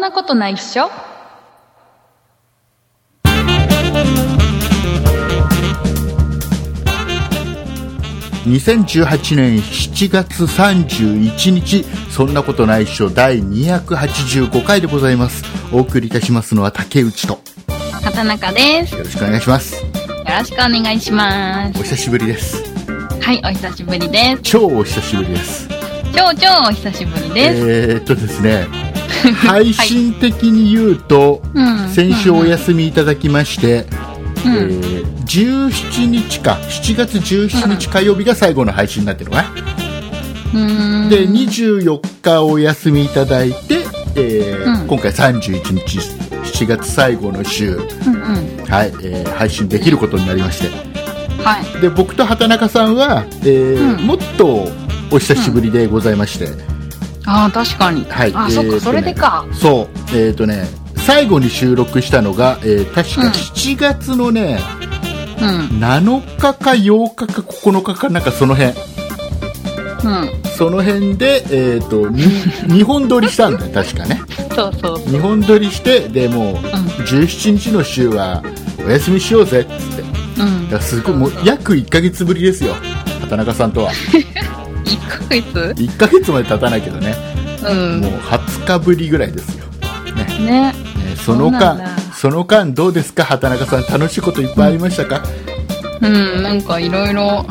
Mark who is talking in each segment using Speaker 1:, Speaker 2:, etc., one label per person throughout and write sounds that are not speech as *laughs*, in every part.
Speaker 1: なことないっしょ
Speaker 2: 2018年7月31日、そんなことないっしょ第285回でございます。お送りいたしますのは竹内と。
Speaker 1: 畑中です
Speaker 2: よろしくお願いします。
Speaker 1: よろしくお願いしま
Speaker 2: お
Speaker 1: す
Speaker 2: 久しぶりです。
Speaker 1: はいお久しぶりです
Speaker 2: 超お久しぶりです。
Speaker 1: 超超お久しぶりです、
Speaker 2: えー、っとで
Speaker 1: *laughs*
Speaker 2: すね、配信的に言うと、
Speaker 1: うん
Speaker 2: 先週お休みいただきまして、
Speaker 1: うん
Speaker 2: えー17日か、7月17日火曜日が最後の配信になってるのかな。
Speaker 1: うん
Speaker 2: で24日お休みいただいて、えー
Speaker 1: うん
Speaker 2: 今回31日7月最後の週、
Speaker 1: うんうん
Speaker 2: はいえー配信できることになりまして
Speaker 1: はい
Speaker 2: で僕と畑中さんは、えー
Speaker 1: うん
Speaker 2: もっとお久しぶりでございまして、
Speaker 1: ああ確かに、
Speaker 2: はい
Speaker 1: あ、
Speaker 2: えー
Speaker 1: そっ
Speaker 2: とね
Speaker 1: かそれでか
Speaker 2: そうえっ、とね最後に収録したのが、えー確
Speaker 1: うん
Speaker 2: か7月のね、
Speaker 1: うん
Speaker 2: 7日か8日か9日かなんかその辺
Speaker 1: うん
Speaker 2: その辺で、えー、とに日本撮りしたんだよ確かね
Speaker 1: そうそう
Speaker 2: 日本撮りしてでもう17日の週はお休みしようぜっつってだか
Speaker 1: うん
Speaker 2: らすごいもう約1ヶ月ぶりですよ畑中さんとは
Speaker 1: 一ヶ月
Speaker 2: 1ヶ月まで経たないけどね
Speaker 1: うん
Speaker 2: もう20日ぶりぐらいですよ、ね
Speaker 1: ね
Speaker 2: ねその
Speaker 1: そうなんだ
Speaker 2: 間その間どうですか畑中さん楽しいこといっぱいありましたか、
Speaker 1: うんなんかいろいろ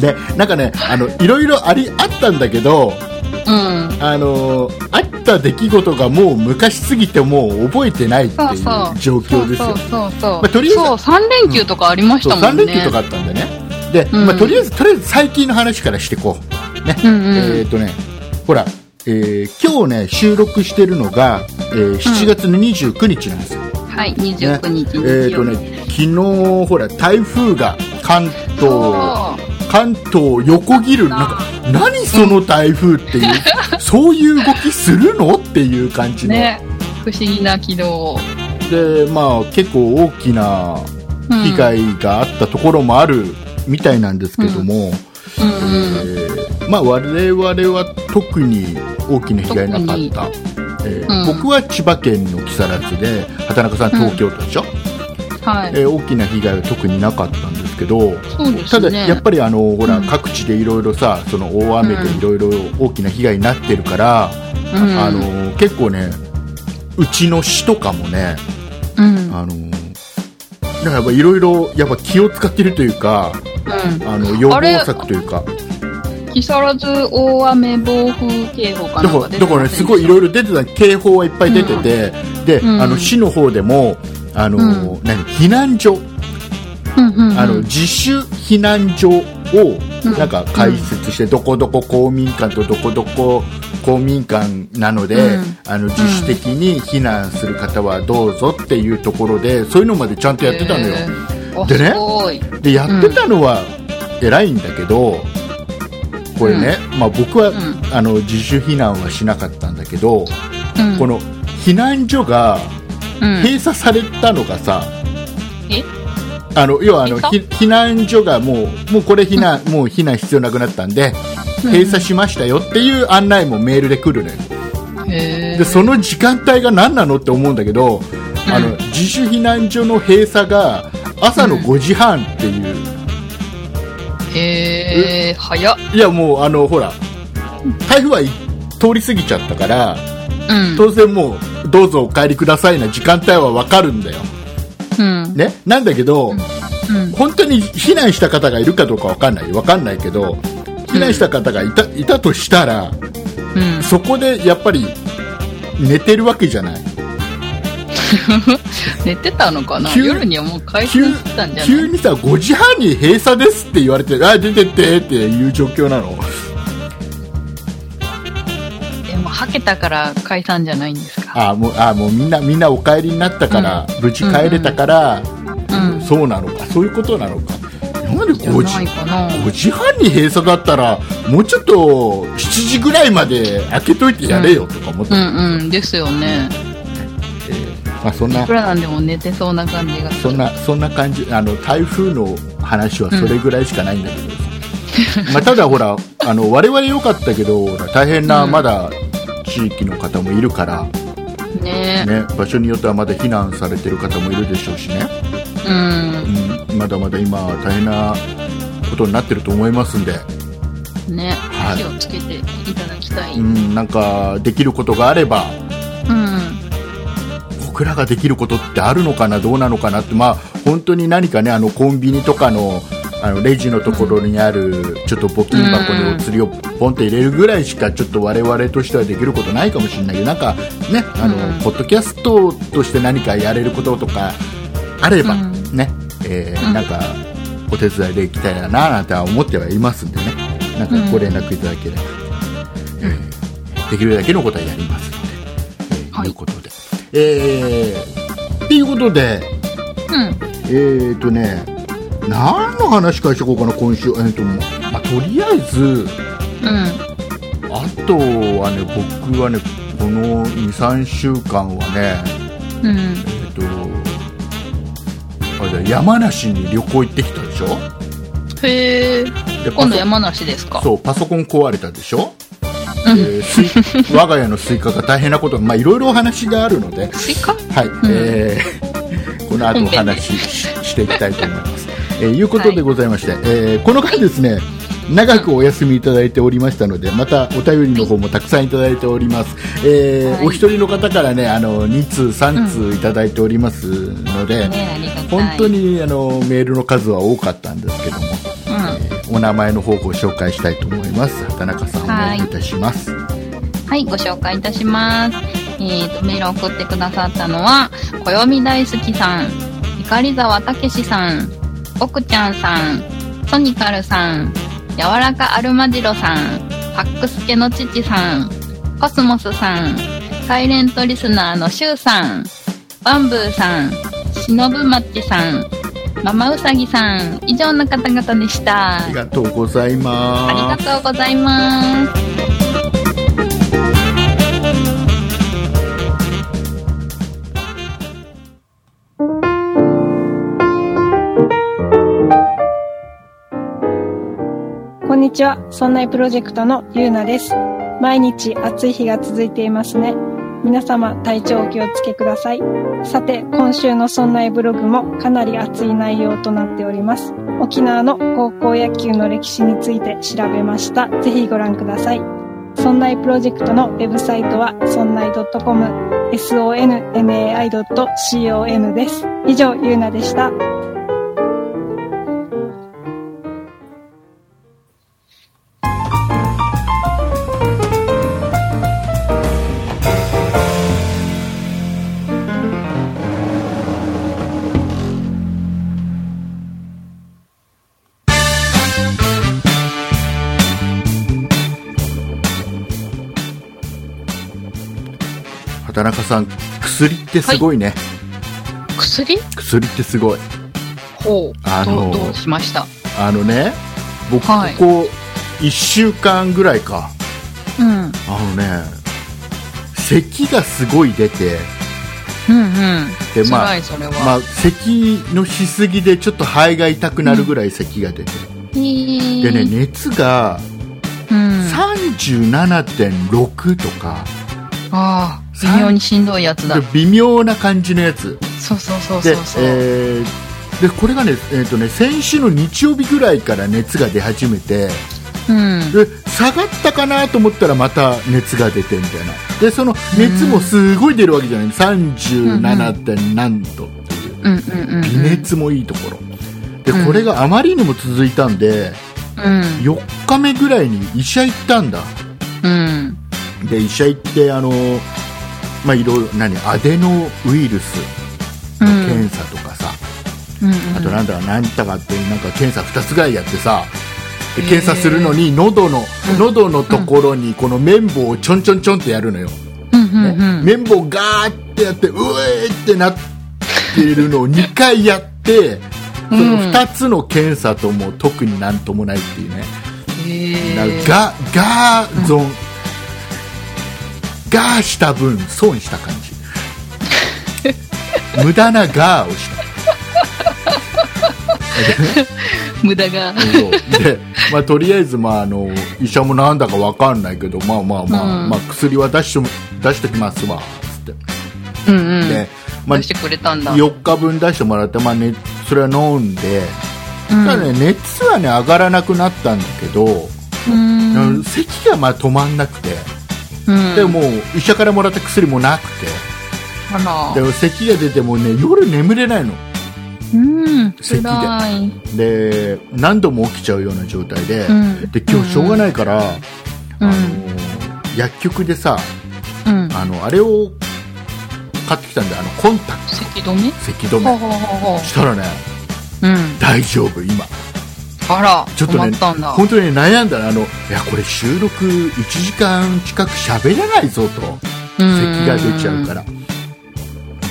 Speaker 2: でなんかねあのいろいろありあったんだけど
Speaker 1: うん
Speaker 2: あのあった出来事がもう昔すぎてもう覚えてないってい
Speaker 1: そうそう
Speaker 2: う状況ですよ
Speaker 1: そうそうそう、
Speaker 2: まあとりあえず
Speaker 1: そう3連休とかありまし
Speaker 2: そう
Speaker 1: たもん
Speaker 2: 3
Speaker 1: ね、
Speaker 2: 連休とかあったんでねで、
Speaker 1: うん
Speaker 2: まあ、とりあえずとりあえず最近の話からしてこうね、
Speaker 1: うんうん
Speaker 2: えっ、とねほら、えー今日ね収録してるのが、えー7月の29日なんですよ、
Speaker 1: はい29日日
Speaker 2: え
Speaker 1: 曜
Speaker 2: っ、
Speaker 1: 日、
Speaker 2: とね昨日ほら台風が関東関東を横切るなんか何その台風っ
Speaker 1: *laughs*
Speaker 2: ていうそういう動きするのっていう感じの、
Speaker 1: ね不思議な軌道を
Speaker 2: でまあ結構大きな
Speaker 1: うん
Speaker 2: 被害があったところもあるみたいなんですけども、
Speaker 1: うんうん
Speaker 2: えーまあ、我々は特に大きな被害なかった、えー
Speaker 1: うん
Speaker 2: 僕は千葉県の木更津で畑中さん東京都でしょ、
Speaker 1: はい
Speaker 2: えー大きな被害は特になかったんですけど
Speaker 1: そうですね
Speaker 2: ただやっぱりあのほら、
Speaker 1: うん
Speaker 2: 各地でいろいろさその大雨でいろいろ大きな被害になってるから、
Speaker 1: うん
Speaker 2: あの結構ねうちの市とかもね
Speaker 1: うん
Speaker 2: あのなんかやっぱいろいろやっぱ気を使ってるというかあの予
Speaker 1: あれ
Speaker 2: 防策というか
Speaker 1: うん木更津大雨暴風警報か
Speaker 2: だ
Speaker 1: なんから
Speaker 2: か
Speaker 1: 出
Speaker 2: だ
Speaker 1: て
Speaker 2: からね、すごいいろいろ出てた、警報はいっぱい出てて、で、
Speaker 1: うん
Speaker 2: あの市の方でも、あの、
Speaker 1: う
Speaker 2: 何避難所、
Speaker 1: うんうんうん
Speaker 2: あの自主避難所を
Speaker 1: うん
Speaker 2: なんか開設して、どこどこ公民館とどこどこ公民館なので、
Speaker 1: うん
Speaker 2: あの自主的に避難する方はどうぞっていうところで、そういうのまでちゃんとやってたのよ。
Speaker 1: へーあ
Speaker 2: でね
Speaker 1: すごい
Speaker 2: でやってたのは偉いんだけど、これね、まあ、僕は、
Speaker 1: ん
Speaker 2: あの自主避難はしなかったんだけど、
Speaker 1: うん
Speaker 2: この避難所が
Speaker 1: うん
Speaker 2: 閉鎖されたのがさ、
Speaker 1: え
Speaker 2: あの要はあのひ
Speaker 1: 閉
Speaker 2: 避難所がもうもうこれ避難、もう避難必要なくなったんで閉鎖しましたよっていう案内もメールで来るのよ
Speaker 1: へー
Speaker 2: でその時間帯が何なのって思うんだけど、あ
Speaker 1: う
Speaker 2: の
Speaker 1: ん
Speaker 2: 自主避難所の閉鎖が朝の
Speaker 1: うん
Speaker 2: 5時半っていう、
Speaker 1: へえ早っ
Speaker 2: いやもうあのほら台風はい通り過ぎちゃったから
Speaker 1: うん
Speaker 2: 当然もうどうぞお帰りくださいな時間帯はわかるんだよ
Speaker 1: うん
Speaker 2: ねなんだけど、
Speaker 1: うん *laughs*
Speaker 2: 本当に避難した方がいるかどうかわかんないわかんないけど避難した方がいた,、いたとしたら
Speaker 1: うん
Speaker 2: そこでやっぱり寝てるわけじゃない
Speaker 1: 寝てたのかな
Speaker 2: 急
Speaker 1: 夜にはもう解散
Speaker 2: 急
Speaker 1: してたんじゃな
Speaker 2: 急
Speaker 1: い
Speaker 2: にさ5時半に閉鎖ですって言われてあ出てってっていう状況なの
Speaker 1: でもはけたから解散じゃないんですか
Speaker 2: あもうあもうみんなみんなお帰りになったから、無事帰れたか
Speaker 1: う
Speaker 2: ら、
Speaker 1: ん
Speaker 2: そうなのかそういうことなのかなんで
Speaker 1: じゃ
Speaker 2: 5
Speaker 1: ない
Speaker 2: 時
Speaker 1: かな
Speaker 2: 5時半に閉鎖だったらもうちょっと7時ぐらいまで開けといてやれよとか思って、
Speaker 1: うんうんですよね
Speaker 2: えーまあ、そんない
Speaker 1: くらなんでも寝てそうな感じがす
Speaker 2: そ
Speaker 1: る
Speaker 2: んなそんな感じあの台風の話はそれぐらいしかないんだけど、まあただほらあの我々良かったけどほら大変な
Speaker 1: うん
Speaker 2: まだ地域の方もいるから、
Speaker 1: ね
Speaker 2: ね、場所によってはまだ避難されてる方もいるでしょうしね、
Speaker 1: うん
Speaker 2: うん、まだまだ今は大変なことになってると思いますんで、
Speaker 1: ね
Speaker 2: はい
Speaker 1: 気をつけていただきたいううん
Speaker 2: ん、なんかできることがあれば僕らができることってあるのかなどうなのかなって、まあ、本当に何かねあのコンビニとかのあのレジのところにあるちょっと募金箱にお釣りをポンって入れるぐらいしかちょっと我々としてはできることないかもしれないけどなんかねあの、
Speaker 1: うん
Speaker 2: ポッドキャストとして何かやれることとかあれば
Speaker 1: うん
Speaker 2: ね、えー
Speaker 1: うん
Speaker 2: なんかお手伝いできたらななんては思ってはいますんでねなんかご連絡いただければ、えーできるだけのことはやりますので。えー
Speaker 1: はい
Speaker 2: ということで。えー、っていうことで、
Speaker 1: うん
Speaker 2: えーとね、何の話からしていこうかな、今週。えーと、まあ、とりあえず、
Speaker 1: うん
Speaker 2: あとはね、僕はね、この2、3週間はね、
Speaker 1: うん
Speaker 2: えーと、あれだ山梨に旅行行ってきたでしょ
Speaker 1: へえ
Speaker 2: で
Speaker 1: 今度
Speaker 2: パソ
Speaker 1: 山梨ですか
Speaker 2: そう、パソコン壊れたでしょ、
Speaker 1: うん
Speaker 2: えースイ *laughs* 我が家のスイカが大変なこと、まあ、いろいろお話があるので、
Speaker 1: スイカ
Speaker 2: はい、
Speaker 1: ん
Speaker 2: えーこの後お話しししていきたいと思
Speaker 1: *laughs*
Speaker 2: います。えーいうことでございまして、えーこの回ですね、長くお休みいただいておりましたので、またお便りの方もたくさんいただいております。えー
Speaker 1: はい
Speaker 2: お一人の方からね、あの、2通、3通いただいておりますので、
Speaker 1: ねありがたい
Speaker 2: 本当に、あの、メールの数は多かったんですけども、えーお名前の方をご紹介したいと思います。畑中さん、お願いいたします。
Speaker 1: うんはいご紹介いたしますえー、とメールを送ってくださったのは暦大好きさん光沢たけしさん奥ちゃんさんソニカルさん柔らかアルマジロさんパックスケの父さんコスモスさんサイレントリスナーのシュウさんバンブーさんしのぶまっちさんママウサギさん以上の方々でした
Speaker 2: ありがとうございます。
Speaker 1: ありがとうございます。
Speaker 3: こんにちは。そんないプロジェクトのゆうなです。毎日暑い日が続いていますね。皆様、体調お気をつけください。さて、今週のそんないブログもかなり熱い内容となっております。沖縄の高校野球の歴史について調べました。ぜひご覧ください。そんないプロジェクトのウェブサイトは、そんない .com、sonnai.com です。以上、ゆうなでした。
Speaker 2: 畑中さん、薬ってすごいね。
Speaker 1: 薬
Speaker 2: 薬ってすごい。
Speaker 1: ほう。
Speaker 2: あ
Speaker 1: ど
Speaker 2: の
Speaker 1: うどうしました
Speaker 2: あのね、僕、こ
Speaker 1: はい
Speaker 2: こ1週間ぐらいか、
Speaker 1: うん。うん
Speaker 2: あのね、咳がすごい出て、
Speaker 1: うん。
Speaker 2: でまあ
Speaker 1: 辛い、それは。
Speaker 2: まあ、咳のしすぎでちょっと肺が痛くなるぐらい咳が出て、
Speaker 1: へー
Speaker 2: でね、熱が
Speaker 1: うん。
Speaker 2: 37.6とか、
Speaker 1: ああ、
Speaker 2: さ
Speaker 1: 微妙にしんどいやつだ。
Speaker 2: で微妙な感じのやつ。
Speaker 1: そうそうそうそ
Speaker 2: で
Speaker 1: うそう。
Speaker 2: えーでこれがね,、えー、とね先週の日曜日ぐらいから熱が出始めて
Speaker 1: うん。
Speaker 2: で下がったかなと思ったらまた熱が出てみたいなでその熱もすごい出るわけじゃない37点何度っていう
Speaker 1: うんうんうんうん。
Speaker 2: 微熱もいいところで
Speaker 1: うん
Speaker 2: これがあまりにも続いたんで
Speaker 1: うん。
Speaker 2: 4日目ぐらいに医者行ったんだ
Speaker 1: うん。
Speaker 2: で医者行ってあのまあいろいろ何アデノウイルス
Speaker 1: う
Speaker 2: の
Speaker 1: ん。
Speaker 2: 検査とかさ、
Speaker 1: うん。
Speaker 2: あとなんだろう、なんたかっていうなんか検査2つぐらいやってさ、で
Speaker 1: へー
Speaker 2: 検査するのに喉
Speaker 1: う
Speaker 2: の、
Speaker 1: ん
Speaker 2: 喉のところにこの綿棒をちょんちょんちょんってやるのよ。
Speaker 1: うんうん
Speaker 2: ね
Speaker 1: うん。
Speaker 2: 綿棒ガーってやって、うえーってなってるのを2回やって、その2つの検査とも特になんともないっていうね。
Speaker 1: へ
Speaker 2: だ
Speaker 1: ー
Speaker 2: からガ、ガーゾン、ガーした分損した感
Speaker 1: *laughs*
Speaker 2: じ。無駄なガーをした。
Speaker 1: 無駄が。
Speaker 2: そうで、まあ、とりあえず、まあ、あの医者もなんだかわかんないけど、まあまあまあ、
Speaker 1: うん
Speaker 2: まあ、薬は出しと出しときますわつって
Speaker 1: うんうん。
Speaker 2: で、まあ
Speaker 1: 出してくれたんだ。
Speaker 2: 4日分出してもらって、まあね、それは飲んで、
Speaker 1: うん
Speaker 2: ただね、熱はね、上がらなくなったんだけど、
Speaker 1: うん
Speaker 2: あの咳がまあ止まんなくて、
Speaker 1: うん
Speaker 2: でもう医者からもらった薬もなく
Speaker 1: あら
Speaker 2: て、で咳が出てもね、夜眠れないの。
Speaker 1: うん
Speaker 2: 咳で
Speaker 1: 辛い
Speaker 2: で、何度も起きちゃうような状態で、
Speaker 1: うん
Speaker 2: で、今日しょうが
Speaker 1: い
Speaker 2: ないから、
Speaker 1: うん
Speaker 2: あの、薬局でさ、
Speaker 1: うん
Speaker 2: あの、あれを買ってきたんだよ、あの、コンタク
Speaker 1: 咳止め
Speaker 2: ト、咳止
Speaker 1: ほう
Speaker 2: め。
Speaker 1: ほうほうほ
Speaker 2: したらね、
Speaker 1: ううん
Speaker 2: 大丈夫、今。
Speaker 1: あら
Speaker 2: ちょっとね
Speaker 1: 止まったんだ
Speaker 2: 本当に悩んだら、あの、いや、これ収録1時間近く喋れないぞと、咳が出ちゃうから。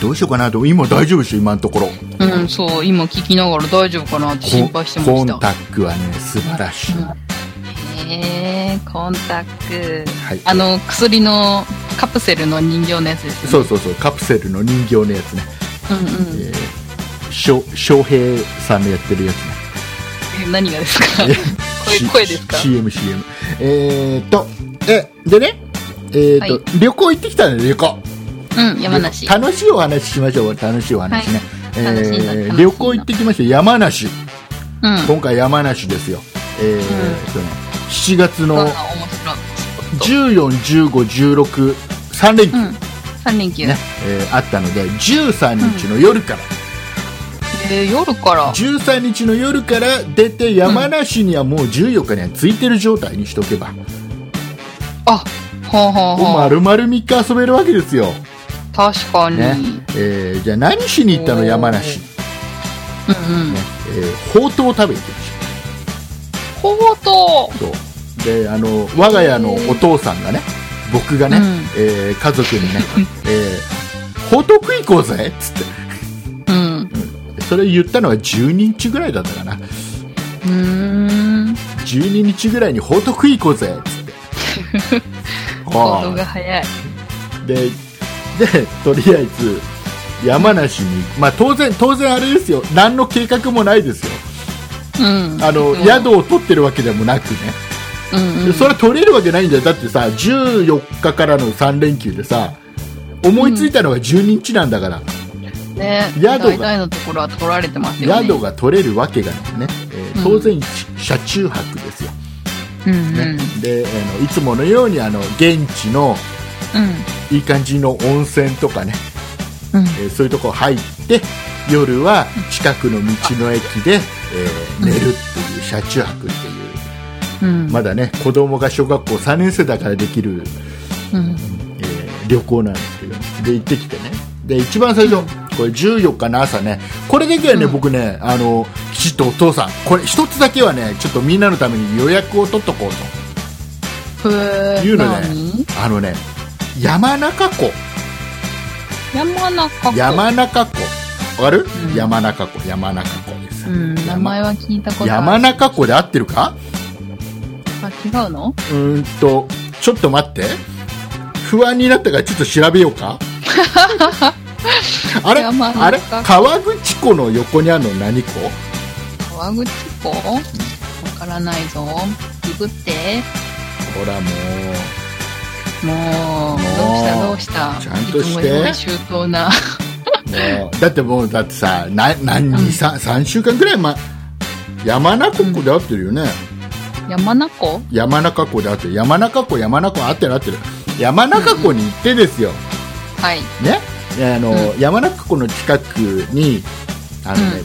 Speaker 2: どうしようかなと、今大丈夫でしょ、今のところ。
Speaker 1: らうんそう今聞きながら大丈夫かなって心配してま
Speaker 2: コ
Speaker 1: し
Speaker 2: ン
Speaker 1: た
Speaker 2: タックはね、素晴らしい。
Speaker 1: うんへえコンタック
Speaker 2: はい。
Speaker 1: あの薬のカプセルの人形のやつですね
Speaker 2: そうそうそう、カプセルの人形のやつね。
Speaker 1: うんうん
Speaker 2: えー、しょ翔平さんのやってるやつね。
Speaker 1: え何がですか声
Speaker 2: し
Speaker 1: 声ですか
Speaker 2: ?CM、CM。えーっと、え、でね、えーっと、
Speaker 1: は
Speaker 2: 旅行行ってきたんだよ、旅行。
Speaker 1: うん山梨
Speaker 2: 楽しいお話ししましょう、楽しいお話ね。
Speaker 1: はい楽しいな楽
Speaker 2: え
Speaker 1: しい
Speaker 2: ー、
Speaker 1: な
Speaker 2: 旅行行ってきました、山梨。
Speaker 1: うん
Speaker 2: 今回山梨ですよ。えーっとね、7月
Speaker 1: わあ
Speaker 2: の
Speaker 1: 面白い
Speaker 2: 14、15、16、3連休
Speaker 1: うん3連休
Speaker 2: ね、えーあったので、13日の夜から、
Speaker 1: えー夜から
Speaker 2: 13日の夜から出て山梨にはもう14日にはついてる状態にしとけば、
Speaker 1: あはあはあはあ
Speaker 2: 丸々3日遊べるわけですよ、
Speaker 1: 確かに、
Speaker 2: ねえーじゃあ何しに行ったの
Speaker 1: おー
Speaker 2: 山梨、ね
Speaker 1: うんうん
Speaker 2: えーほうとうを食べに行きまし
Speaker 1: ほうと
Speaker 2: たそうであの我が家のお父さんがね僕がね、
Speaker 1: うん
Speaker 2: えー家族
Speaker 1: *laughs*
Speaker 2: にね、えーほうとう食い行こうぜっつっ
Speaker 1: ううん
Speaker 2: てそれ言ったのは12日ぐらいだったかな
Speaker 1: うーん
Speaker 2: 12日ぐらいにほうとう食い行こうぜっつって
Speaker 1: *laughs* 行動
Speaker 2: あ
Speaker 1: が早い
Speaker 2: ででとりあえず山梨に行く、まあ、当然当然あれですよ何の計画もないですよ
Speaker 1: うん
Speaker 2: あの、
Speaker 1: うん
Speaker 2: 宿を取ってるわけでもなくね、
Speaker 1: うんうん
Speaker 2: でそれは取れるわけないんだよだってさ14日からの3連休でさ思いついたのが12日なんだから、
Speaker 1: ね
Speaker 2: 宿が
Speaker 1: 大体のところは取られてますよね
Speaker 2: 宿が取れるわけがないね、えー
Speaker 1: うん
Speaker 2: 当然、車中泊ですよ、
Speaker 1: うん
Speaker 2: ねであのいつものようにあの現地のいい感じの温泉とかね、
Speaker 1: うんうん
Speaker 2: えーそういうとこ入って夜は近くの道の駅で、えー寝るっていう車中泊っていう
Speaker 1: うん
Speaker 2: まだね子供が小学校3年生だからできる、
Speaker 1: うん
Speaker 2: えー旅行なんですけどで行ってきてねで一番最初、これ14日の朝ねこれだけはね、
Speaker 1: うん
Speaker 2: 僕ねあのきちっとお父さんこれ一つだけはねちょっとみんなのために予約を取っとこうと
Speaker 1: ふー
Speaker 2: いうので
Speaker 1: 何
Speaker 2: あのね山中湖
Speaker 1: 山中湖
Speaker 2: 山中湖わかる、
Speaker 1: うん
Speaker 2: 山中湖山中湖です、
Speaker 1: うん名前は聞いたことあ
Speaker 2: 山
Speaker 1: る
Speaker 2: 中湖で合ってるか
Speaker 1: あ違うの
Speaker 2: うーんとちょっと待って不安になったからちょっと調べようかあれ
Speaker 1: 山中湖
Speaker 2: あれ川口湖の横にあるの何湖
Speaker 1: 川口湖わからないぞググって
Speaker 2: ほらも
Speaker 1: もうどうしたどうした
Speaker 2: ちゃん
Speaker 1: い
Speaker 2: として
Speaker 1: つも用意周到な *laughs*
Speaker 2: うもうだってもうだってさな何に、さ3週間ぐらい前山中湖で合ってるよね、
Speaker 1: 山中湖
Speaker 2: 山中湖で合ってる山中湖山中湖合ってる合ってる山中湖に行ってですよ、
Speaker 1: はい
Speaker 2: ね、あの、山中湖の近くにあのね、
Speaker 1: うん
Speaker 2: 何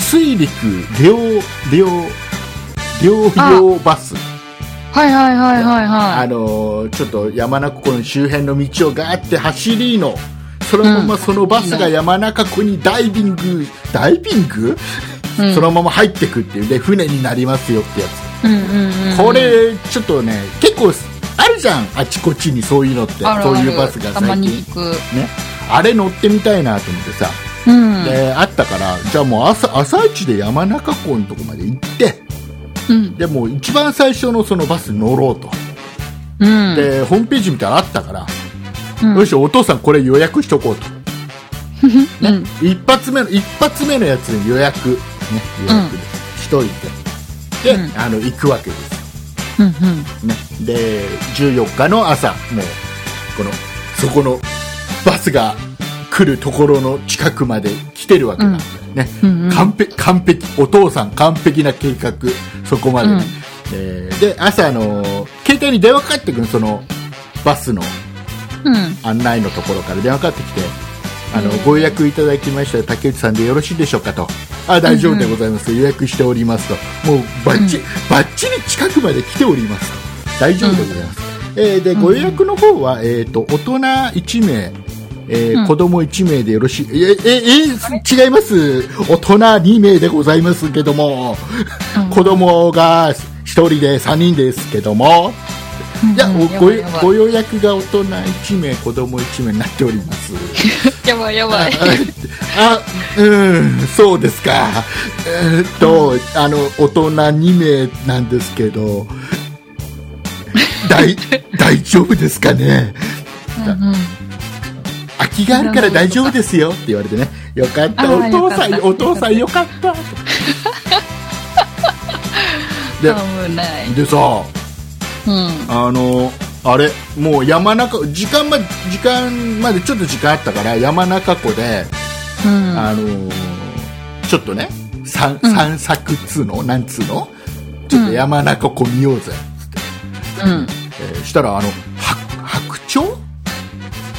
Speaker 2: 水陸両両両用バス
Speaker 1: はいはいはいはい
Speaker 2: あ
Speaker 1: はい
Speaker 2: のちょっと山中湖の周辺の道をガーって走りのそのままそのバスが山中湖にダイビング、ダイビング、
Speaker 1: うん
Speaker 2: そのまま入ってくっていうで船になりますよってやつ、
Speaker 1: うんうんうん
Speaker 2: これちょっとね結構あるじゃんあちこちにそういうのって
Speaker 1: あるある
Speaker 2: そういうバスが
Speaker 1: たま
Speaker 2: 最
Speaker 1: に行
Speaker 2: 近
Speaker 1: く
Speaker 2: ね、あれ乗ってみたいなと思ってさ、
Speaker 1: うん
Speaker 2: であったからじゃあもう朝朝一で山中湖のとこまで行って
Speaker 1: うん
Speaker 2: でもう一番最初のそのバス乗ろうと、
Speaker 1: うん
Speaker 2: でホームページみたいなのあったから、
Speaker 1: うん
Speaker 2: よしお父さんこれ予約しとこう
Speaker 1: う
Speaker 2: と
Speaker 1: ん
Speaker 2: 一発目の一発目のやつに予約、ね、予約ですしといてで、
Speaker 1: うん
Speaker 2: あの行くわけです
Speaker 1: うんうん
Speaker 2: よ、ね、で14日の朝もうこのそこのバスが来るところの近くまで来てるわけなんだよね、
Speaker 1: うんうん
Speaker 2: 完璧完璧お父さん完璧な計画そこまでね、
Speaker 1: うん
Speaker 2: えーで朝あの携帯に電話かかってくるそのバスの
Speaker 1: うん。
Speaker 2: 案内のところから電話かかってきてあの、
Speaker 1: うん
Speaker 2: ご予約いただきました竹内さんでよろしいでしょうかとあ大丈夫でございます、予約しておりますともうバッチ,、
Speaker 1: う
Speaker 2: バッチリ近くまで来ておりますと大丈夫でございます、えーで
Speaker 1: うん
Speaker 2: ご予約の方は、えー、と大人1名、えー
Speaker 1: うん
Speaker 2: 子供1名でよろしいえええ違います大人2名でございますけども
Speaker 1: うん
Speaker 2: 子供が1人で3人ですけどもいや、
Speaker 1: うんや
Speaker 2: ご
Speaker 1: ばいやばい
Speaker 2: ご予約が大人1名、子供1名になっております。
Speaker 1: やばいやばい。
Speaker 2: *laughs* あ、うん、そうですか。えーっと、あの、大人2名なんですけど、
Speaker 1: *laughs*
Speaker 2: 大、大丈夫ですかね
Speaker 1: うんうん
Speaker 2: 空きがあるから大丈夫ですよって言われてね、よかっ
Speaker 1: あ
Speaker 2: た、お
Speaker 1: ー
Speaker 2: 父さん、
Speaker 1: よかった
Speaker 2: お父さんよ
Speaker 1: *laughs*
Speaker 2: かった。で、
Speaker 1: 危ない。
Speaker 2: でさ、
Speaker 1: うん。
Speaker 2: あのあれもう山中時間ま時間までちょっと時間あったから山中湖で、
Speaker 1: うん。
Speaker 2: あのちょっとね散
Speaker 1: うん
Speaker 2: 散策っつうの、なんつうのちょっと山中湖見ようぜ、
Speaker 1: うん。
Speaker 2: えーしたらあのは白鳥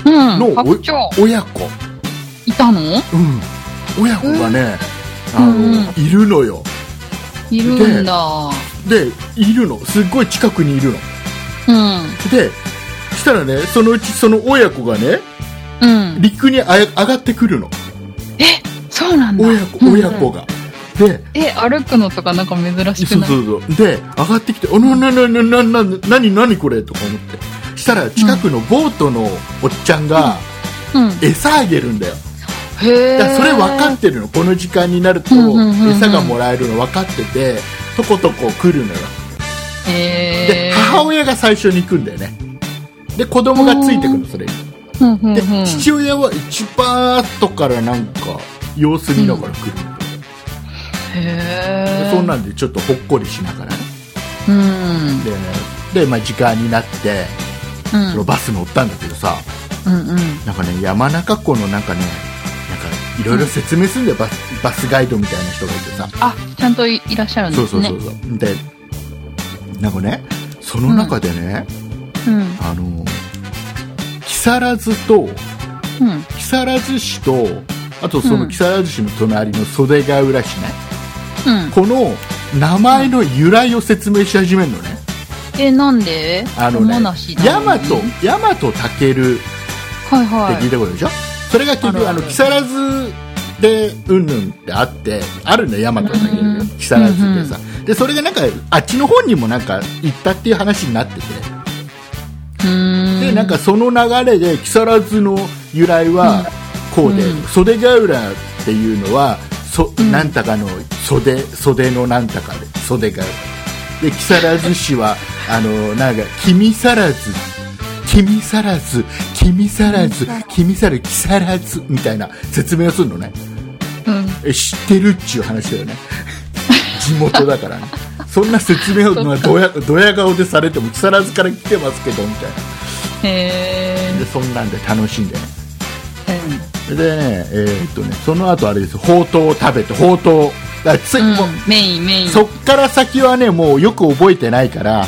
Speaker 1: うん。
Speaker 2: のお
Speaker 1: 白鳥
Speaker 2: 親子、
Speaker 1: いたの
Speaker 2: うん、親子がね、あの
Speaker 1: うんうん
Speaker 2: いるのよ
Speaker 1: いるんだ。
Speaker 2: でいるのすっごい近くにいるの
Speaker 1: うん。
Speaker 2: でしたらねそのうちその親子がね
Speaker 1: うん。
Speaker 2: 陸にあや上がってくるの
Speaker 1: そうなんだ。
Speaker 2: 親子親子が、で
Speaker 1: え、歩くのとかなんか珍し
Speaker 2: そ
Speaker 1: く
Speaker 2: う
Speaker 1: ない
Speaker 2: そうそうで上がってきて「おなななななな何何これ?」とか思ってしたら近くのボートのおっちゃんが
Speaker 1: うん。
Speaker 2: 餌あげるんだよ、
Speaker 1: へ
Speaker 2: だから
Speaker 1: え。
Speaker 2: それ分かってるのこの時間になると
Speaker 1: うんうんうんうん
Speaker 2: 餌がもらえるの分かっててとことこ来るのよ
Speaker 1: へ
Speaker 2: で
Speaker 1: え。
Speaker 2: 母親が最初に行くんだよねで子供がついてくるのそれに
Speaker 1: うんうん
Speaker 2: で
Speaker 1: うん。
Speaker 2: 父親は一番後からなんか様子見ながら来る、
Speaker 1: へえ。
Speaker 2: そんなんでちょっとほっこりしながらね
Speaker 1: うん。
Speaker 2: でで、まあ、時間になって
Speaker 1: うん。
Speaker 2: そのバス乗ったんだけどさ
Speaker 1: うんうん。
Speaker 2: なんかね山中湖のなんかねなんかいろいろ説明するんだよ、バスバスガイドみたいな人がいてさ、
Speaker 1: あ、ちゃんといいらっしゃるん
Speaker 2: そう
Speaker 1: です
Speaker 2: そう
Speaker 1: ね。
Speaker 2: そうそうでなんかねその中でね、
Speaker 1: うん。
Speaker 2: あの木更津と
Speaker 1: うん。
Speaker 2: 木更津市とあとそうの
Speaker 1: ん
Speaker 2: 木更津市の隣の袖ヶ浦市ね、
Speaker 1: うん。
Speaker 2: この名前の由来を説明し始めるのね、
Speaker 1: え、なんで
Speaker 2: あのね
Speaker 1: 山梨な
Speaker 2: 大
Speaker 1: の
Speaker 2: 和
Speaker 1: に
Speaker 2: 大和武
Speaker 1: はい
Speaker 2: って聞い
Speaker 1: は
Speaker 2: たことでしょ、それが結局
Speaker 1: ある
Speaker 2: あ
Speaker 1: ある
Speaker 2: の木更津でうんぬんってあってあるのよ大和だけど
Speaker 1: うん
Speaker 2: 木更津でさ、でそれがなんかあっちの方にもなんか行ったっていう話になってて
Speaker 1: い。うーん。
Speaker 2: でなんか、その流れで木更津の由来はこうで、
Speaker 1: うん
Speaker 2: 袖ヶ浦っていうのはそ、
Speaker 1: うん
Speaker 2: なんたかの袖袖のなんたかで袖ヶ浦で木更津市 *laughs* はあのなんか君更津君更津君更津君更津木更津みたいな説明をするのね
Speaker 1: うん。
Speaker 2: え知ってるっちゅう話 *laughs* だよね地元だからねそんな説明を、まあ、ドヤドヤ顔でされても木更津から来てますけどみたいな
Speaker 1: へ
Speaker 2: でそんなんで楽しんでね
Speaker 1: え。
Speaker 2: でねえーっとねその後あれですほうとうを食べてほうとうだからつい、
Speaker 1: うん。う
Speaker 2: も
Speaker 1: んメイン、メイ
Speaker 2: う
Speaker 1: ン。
Speaker 2: そっから先はねもうよく覚えてないから、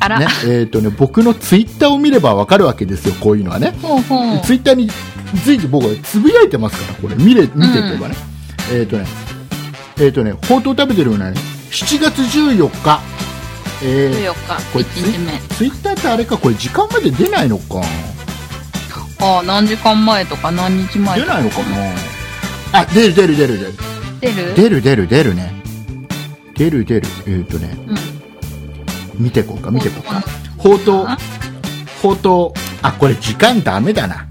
Speaker 1: あら。
Speaker 2: ねえーっとね、僕のツイッターを見ればわかるわけですよこういうのはね
Speaker 1: ほうほう。
Speaker 2: ツイッターに随時僕はつぶやいてますからこれ見れ見ていけばね、えーっとねえーっとねほうとう食べてるのはね7月14日え
Speaker 1: 14
Speaker 2: ーこ
Speaker 1: 日、
Speaker 2: れ
Speaker 1: 1日目。
Speaker 2: ツイッターってあれかこれ時間まで出ないのか
Speaker 1: ああ、何時間前とか何日前
Speaker 2: 出
Speaker 1: とか。
Speaker 2: ないのかなあ出る出る出る出る
Speaker 1: 出る
Speaker 2: 出る出る出るね出る出るえっ、とね
Speaker 1: うん。
Speaker 2: 見てこうか見てこうかほうとう
Speaker 1: あ
Speaker 2: ほうとうあこれ時間ダメだな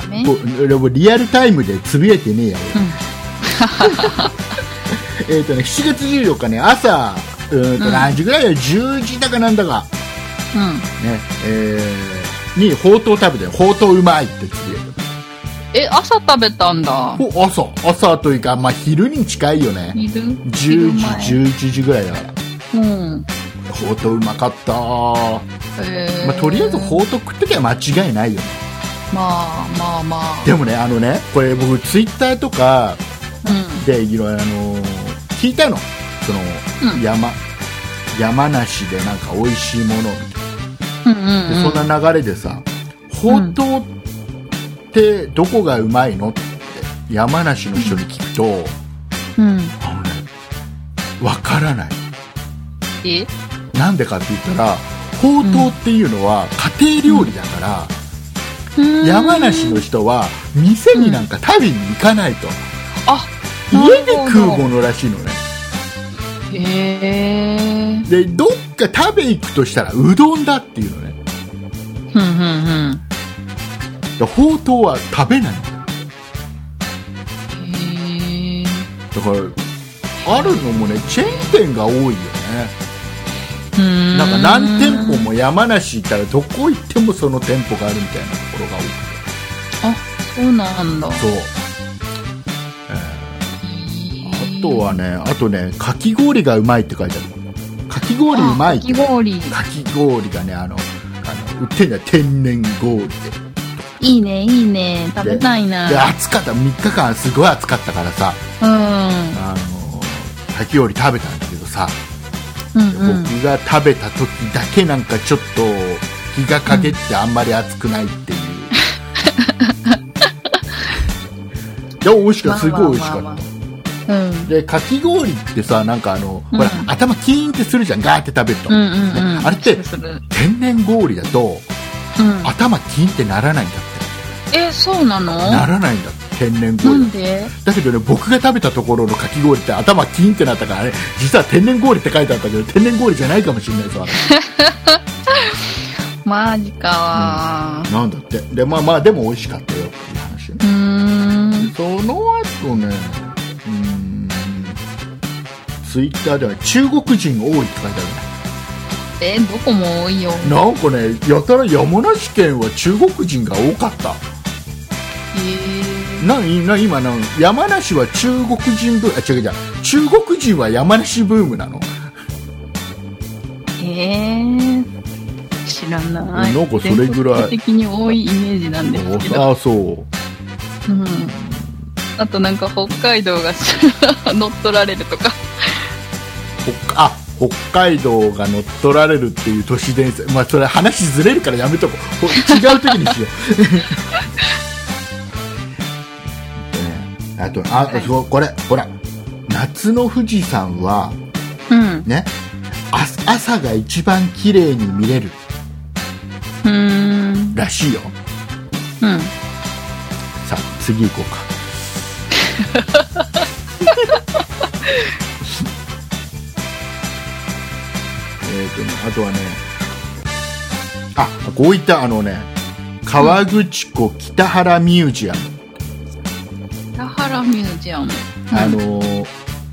Speaker 1: ダメ
Speaker 2: こ俺もリアルタイムでつぶやいてねえや俺えっとね7月14日ね朝うーんと
Speaker 1: うん
Speaker 2: 何時ぐらいだよ10時だかなんだか
Speaker 1: うん。
Speaker 2: ねえー、にほうとう食べてほうとううまいってつぶやいて
Speaker 1: え、朝食べたんだ。
Speaker 2: お朝朝というかまあ昼に近いよね
Speaker 1: いる10
Speaker 2: 10時11時ぐらいだから
Speaker 1: うん。
Speaker 2: ほうとううまかったー
Speaker 1: えー
Speaker 2: まあ、とりあえずほうとう食ってきゃ間違いないよね
Speaker 1: まあまあまあ。
Speaker 2: でもね、あのね、これ僕、ツイッターとか
Speaker 1: う
Speaker 2: で、いろいろ、あのー聞いたの。その、
Speaker 1: ん。うん。
Speaker 2: 山、山梨でなんか美味しいものみたいな。
Speaker 1: うんうん
Speaker 2: で
Speaker 1: うん。
Speaker 2: そんな流れでさ、ほうとうってどこがうまいのって山梨の人に聞くと、
Speaker 1: うん。
Speaker 2: あのね、わからない。
Speaker 1: え
Speaker 2: なんでかって言ったら、ほうとうっていうのは家庭料理だから、山梨の人は店になんか食べに行かないと。
Speaker 1: あ
Speaker 2: 家で
Speaker 1: なるほど
Speaker 2: 食うものらしいのね。
Speaker 1: へえ。
Speaker 2: で、どっか食べ行くとしたらうどんだっていうのね。
Speaker 1: ふんふんふん。
Speaker 2: でほうとうは食べないの。
Speaker 1: へえ。
Speaker 2: だから、あるのもね、チェーン店が多いよね。なんか何店舗も山梨行ったらどこ行ってもその店舗があるみたいなところが多く
Speaker 1: そうなんだ。
Speaker 2: てそう、えーあとはねあとねかき氷がうまいって書いてあるかき氷うま
Speaker 1: あ
Speaker 2: いっ
Speaker 1: か
Speaker 2: て
Speaker 1: き氷。
Speaker 2: かき氷がねあのあの売ってんだよ天然氷で
Speaker 1: いいね、いいね。食べたいな。
Speaker 2: で暑かった3日間すごい暑かったからさ
Speaker 1: うん。
Speaker 2: あのかき氷食べたんだけどさ、
Speaker 1: うん
Speaker 2: 僕
Speaker 1: うん。
Speaker 2: が食べた時だけなんかちょっと日が陰ってあんまり暑くない
Speaker 1: *laughs*
Speaker 2: っていう、いや美味しかったすごい美味しかった、
Speaker 1: まあまあまあまうん。
Speaker 2: でかき氷ってさなんかあの、
Speaker 1: うん
Speaker 2: ほら頭キーンってするじゃんガーって食べると、
Speaker 1: うんうんうん。
Speaker 2: あれって
Speaker 1: するする
Speaker 2: 天然氷だと
Speaker 1: うん。
Speaker 2: 頭キーンってならないんだっ
Speaker 1: え、そうなの
Speaker 2: てならないんだって天然
Speaker 1: な
Speaker 2: 氷だ
Speaker 1: んで
Speaker 2: だけどね僕が食べたところのかき氷って頭キーンってなったからあれ実は天然氷って書いてあったけど天然氷じゃないかもしれないさ
Speaker 1: マジか
Speaker 2: なんだってでまあまあでも美味しかったよっ
Speaker 1: ー。
Speaker 2: ていう話ね
Speaker 1: うーん。
Speaker 2: その後ね、うーん、ツイッターでは中国人多いって書いてあ
Speaker 1: え、どこも多いよ。
Speaker 2: るね。なんかね、やたら山梨県は中国人が多かった。
Speaker 1: え
Speaker 2: なんな今なん、山梨は中国人ブーム、あ、違う違う、中国人は山梨ブームなの。
Speaker 1: ー、えー、知らない。
Speaker 2: なんかそれぐら
Speaker 1: 全国
Speaker 2: い
Speaker 1: 的に多いイメージなんですけど。
Speaker 2: ああ、そう。
Speaker 1: うん。あとなんか北海道が *laughs* 乗っ取られるとか。
Speaker 2: 北あ北海道が乗っ取られるっていう都市伝説、まあ、それ話ずれるからやめとこうほ違う *laughs* 時にしようねあとあ、
Speaker 1: はい
Speaker 2: そうこれほら夏の富士山は
Speaker 1: うん。う
Speaker 2: ねあ朝が一番綺麗に見れる
Speaker 1: ーん。
Speaker 2: らしいよ
Speaker 1: うん。
Speaker 2: さあ次行こう *laughs* かえっとねあとはねあこういったあのね河口湖北原ミュージアム、
Speaker 1: 田原ミュージアム。
Speaker 2: あのー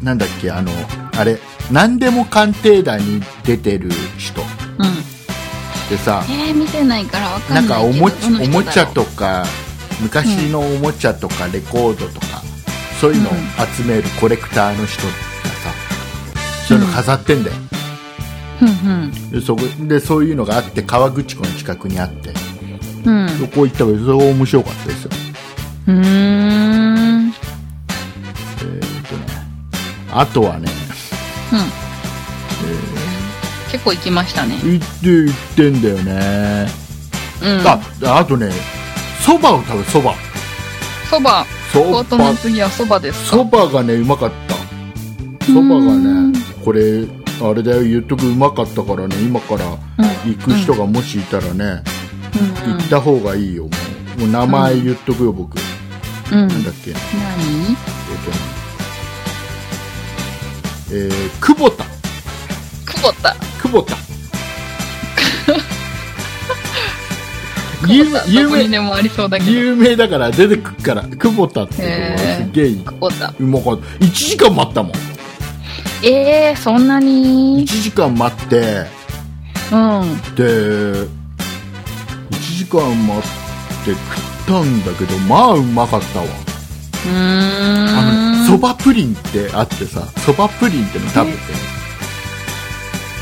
Speaker 2: なんだっけあのあれ何でも鑑定団に出てる人
Speaker 1: うん。
Speaker 2: でさ
Speaker 1: えー、見てないからわかんな
Speaker 2: ないん
Speaker 1: けど。
Speaker 2: かおもち
Speaker 1: どの
Speaker 2: お
Speaker 1: 人だろう
Speaker 2: もちゃ。とか昔のおもちゃとかレコードとか、そういうのを集めるコレクターの人がさ、そういうの飾ってんだよ、
Speaker 1: うん
Speaker 2: でそこでそういうのがあって川口湖の近くにあって
Speaker 1: うん。
Speaker 2: そこ行ったけどそれが面白かったですよ
Speaker 1: うん。うーん。
Speaker 2: えーっとねあとはね
Speaker 1: うん。結構行きましたね。
Speaker 2: 行って行ってんだよね、
Speaker 1: うん。
Speaker 2: ああとねそばを食べそば
Speaker 1: そば。
Speaker 2: そ
Speaker 1: 京都の
Speaker 2: ば
Speaker 1: 次はそばですか。
Speaker 2: そばがねうまかったそばが
Speaker 1: うん
Speaker 2: ねこれあれだよ言っとくうまかったからね今から行く人がもしいたらね、
Speaker 1: うん
Speaker 2: 行った方がいいよもうもう名前言っとくよ、僕
Speaker 1: うん。
Speaker 2: なん
Speaker 1: 何
Speaker 2: だっけえっ、とねえー、久保田
Speaker 1: 久保田。*laughs*
Speaker 2: 久保田
Speaker 1: 久
Speaker 2: 有
Speaker 1: 保田。
Speaker 2: 有
Speaker 1: どこに
Speaker 2: 名
Speaker 1: でもありそうだけど。
Speaker 2: 有名だから出てくっから久保田ってとこ
Speaker 1: へ
Speaker 2: が
Speaker 1: ー
Speaker 2: すげえいい
Speaker 1: 久保田。
Speaker 2: うまかった1時間待ったもん
Speaker 1: ええー、そんな
Speaker 2: 1
Speaker 1: に
Speaker 2: 時間待って
Speaker 1: うん。
Speaker 2: で1時間待って食ったんだけどまあうまかったわ
Speaker 1: うー
Speaker 2: あの
Speaker 1: ん。
Speaker 2: そばプリンってあってさそばプリンっての食べ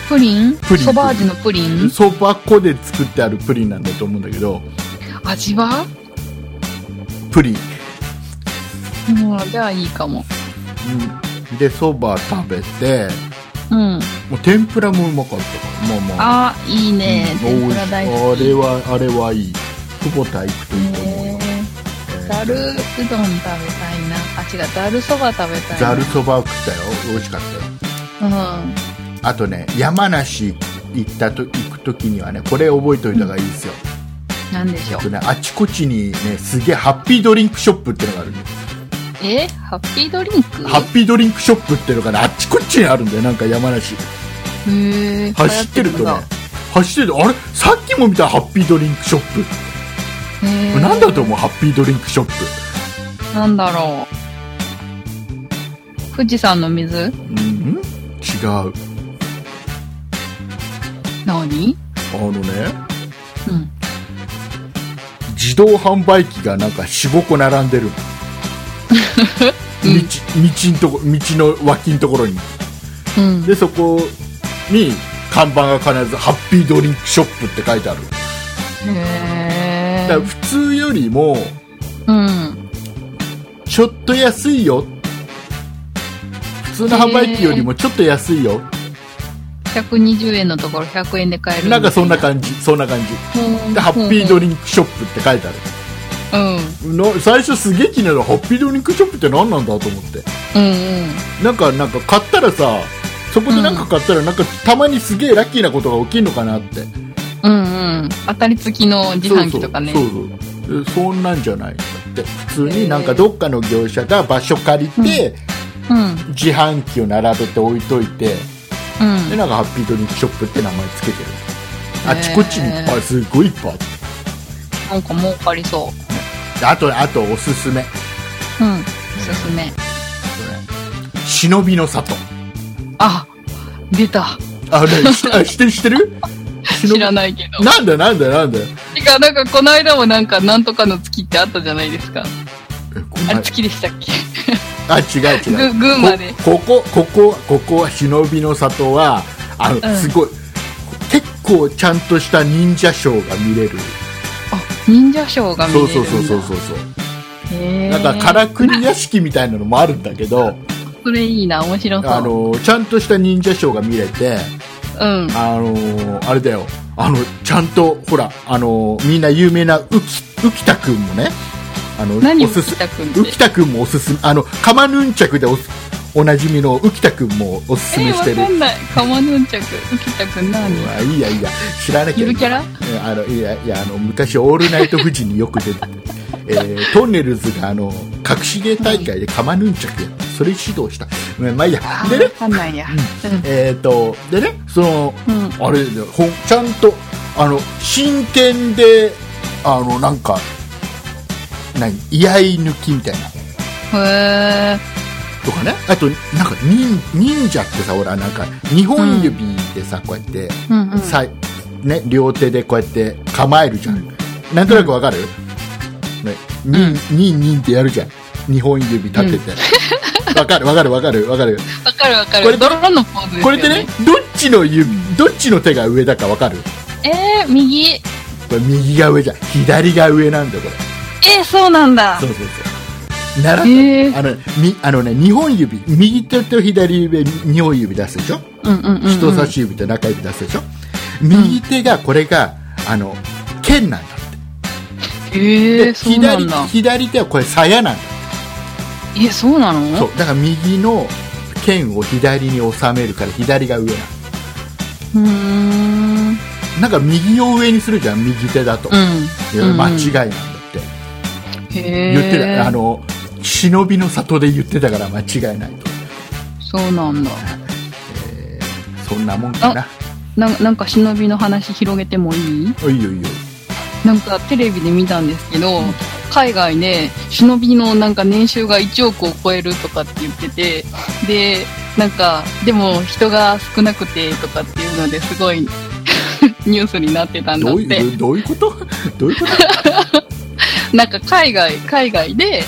Speaker 1: プリン
Speaker 2: プリン
Speaker 1: そば味のプリ
Speaker 2: て
Speaker 1: ン
Speaker 2: そば粉で作ってあるプリンなんだと思うんだけど
Speaker 1: 味は
Speaker 2: プリン、
Speaker 1: うん、じゃあいいかも。
Speaker 2: うん、でそば食べて
Speaker 1: うん。
Speaker 2: もう天ぷらもうまかったからまあまあ
Speaker 1: あ、いいね。
Speaker 2: うん
Speaker 1: 天ぷら大好
Speaker 2: おい
Speaker 1: き。
Speaker 2: しいあれはあれはいい久保田行くといいと思うよ
Speaker 1: ねえざるうどん食べたいな。あ、違う、ざるそば食べたいな。
Speaker 2: ざるそば食ったよ美味しかったよ
Speaker 1: うん。
Speaker 2: あとね山梨行ったと行く時にはねこれ覚えといた方がいいですよ、
Speaker 1: なんでしょ
Speaker 2: あ
Speaker 1: う
Speaker 2: と。ねあちこちにねすげえハッピードリンクショップってのがあるんだよ
Speaker 1: えハッピードリンク
Speaker 2: ハッピードリンクショップってのがねあちこちにあるんだよなんか山梨
Speaker 1: へー
Speaker 2: 走ってると
Speaker 1: 流
Speaker 2: ね
Speaker 1: 行
Speaker 2: 走ってるあれさっきも見たハッピードリンクショップ
Speaker 1: てるん
Speaker 2: これ
Speaker 1: だ
Speaker 2: なんだと思うハッピードリンクショップ
Speaker 1: うなんだろう。富士山の水
Speaker 2: うん違う
Speaker 1: 何
Speaker 2: あのね
Speaker 1: うん。
Speaker 2: 自動販売機がなんか45個並んでる道
Speaker 1: うん
Speaker 2: 道んとこ道の脇のところに
Speaker 1: うん。
Speaker 2: でそこに看板が必ず「ハッピードリンクショップ」って書いてある
Speaker 1: へ
Speaker 2: だから
Speaker 1: ー
Speaker 2: 普通よりも
Speaker 1: うん。
Speaker 2: ちょっと安いよ普通の販売機よりもちょっと安いよ、
Speaker 1: 120円のところ100円で買える。
Speaker 2: なんかそんな感じそんな感じ
Speaker 1: うん
Speaker 2: でハッピードリンクショップって書いてある
Speaker 1: うん。うん。
Speaker 2: の最初すげえ気になるハッピードリンクショップって何なんだと思って
Speaker 1: うん。
Speaker 2: なんかなんか買ったらさそこでなんか買ったらなんかたまにすげえラッキーなことが起きるのかなって
Speaker 1: うんうん。当たり付きの自販機とかね。
Speaker 2: そうそうそうそうそんなんじゃないんだって普通になんかどっかの業者が場所借りて、
Speaker 1: うん。
Speaker 2: 自販機を並べて置いといて
Speaker 1: うん
Speaker 2: で。なんかハッピードリンクショップって名前つけてるあちこちにいっぱいすごいいっぱいあって
Speaker 1: なんか儲かりそ
Speaker 2: であとあとおすすめ
Speaker 1: う。うん。おすすめ。
Speaker 2: 忍びの里
Speaker 1: あ、出た。
Speaker 2: あれしあ知ってる知ってる
Speaker 1: *laughs* 知ら
Speaker 2: い
Speaker 1: ないけど。
Speaker 2: なんだなんだなんだ
Speaker 1: てか、なんかこの間もなんか、なんとかの月ってあったじゃないですか。
Speaker 2: えこ
Speaker 1: あ
Speaker 2: ん
Speaker 1: れ
Speaker 2: な
Speaker 1: 月でしたっけ
Speaker 2: あ違う違
Speaker 1: ぐ
Speaker 2: う
Speaker 1: 群馬で。
Speaker 2: ここここここは忍びの里はあの、
Speaker 1: うん
Speaker 2: すごい結構ちゃんとした忍者ショーが見れる
Speaker 1: あ、忍者ショーが見れ
Speaker 2: そ
Speaker 1: る
Speaker 2: うん
Speaker 1: だ。
Speaker 2: そうそうそうそうそう
Speaker 1: へー
Speaker 2: なんかからくり屋敷みたいなのもあるんだけど
Speaker 1: それいいな、面白そう。
Speaker 2: あのちゃんとした忍者ショーが見れて
Speaker 1: うん。
Speaker 2: あのあれだよあのちゃんとほらあのみんな有名な浮浮田くんもねあの
Speaker 1: 何
Speaker 2: お
Speaker 1: を
Speaker 2: す
Speaker 1: 聞
Speaker 2: す
Speaker 1: いたくんって
Speaker 2: 浮。田くんもおすすめあのカマヌンチャクでおすおなじみの浮田くんもおすす
Speaker 1: え
Speaker 2: め
Speaker 1: ー、
Speaker 2: し
Speaker 1: わ
Speaker 2: てる、
Speaker 1: かんない。カマヌンチャク。浮田くん何
Speaker 2: まあいいやいいや知らなきゃ
Speaker 1: ゆるキャラ
Speaker 2: えあのいやいやあの昔「オールナイトフジ」によく出てて、えートンネルズがあの隠し芸大会でカマヌンチャクやってそれ指導した、まあまあいいや
Speaker 1: あ
Speaker 2: で
Speaker 1: ー、わ
Speaker 2: ね
Speaker 1: かんないや。
Speaker 2: えっ、とでねその
Speaker 1: うん。うん。
Speaker 2: あれだよほんちゃんとあの真剣であのなんか何居合抜きみたいな
Speaker 1: へー。
Speaker 2: とかねあとなんか忍忍者ってさほらなんか2本指でさ、こうやって
Speaker 1: うんうん。
Speaker 2: さね、両手でこうやって構えるじゃん、なんとなくわかる、ね、に、にんにんってやるじゃん2本指立ててわ、かるわかるわかるわかる
Speaker 1: わかるわかる。
Speaker 2: これ
Speaker 1: ドローンのポーズですよ、ね。
Speaker 2: これってねどっちの指どっちの手が上だかわかる
Speaker 1: えー、右。え
Speaker 2: これ右が上じゃん左が上なんだよこれ
Speaker 1: ー、そうなんだ
Speaker 2: そう。そうそう習った、
Speaker 1: へー
Speaker 2: あのみあのね2本指右手と左指2本指出すでしょ
Speaker 1: うんうんうん、うん。
Speaker 2: 人差し指と中指出すでしょ、右手がこれがあの剣なんだって
Speaker 1: えー、そうな
Speaker 2: 左
Speaker 1: んだ。
Speaker 2: 左手はこれ鞘なんだ
Speaker 1: え、そうなの
Speaker 2: そうだから右の剣を左に収めるから左が上な
Speaker 1: うーん。うん。
Speaker 2: のなんか右を上にするじゃん右手だと、いや間違いなんだって、
Speaker 1: い。へ
Speaker 2: 言ってたあ
Speaker 1: の。
Speaker 2: の忍びの里で言ってたから間違いないと、
Speaker 1: そうなんだ。
Speaker 2: えーそんなもんかな
Speaker 1: ななんか忍びの話広げてもいい
Speaker 2: おいよいよ
Speaker 1: なんかテレビで見たんですけど、海外で忍びのなんか年収が1億を超えるとかって言ってて、で、なんか、でも人が少なくてとかっていうのですごい *laughs* ニュースになってたんだ
Speaker 2: ど
Speaker 1: っ
Speaker 2: う
Speaker 1: て。
Speaker 2: いうどういうこと *laughs* ど
Speaker 1: *laughs*
Speaker 2: ういうこと、
Speaker 1: なんか海外、海外で、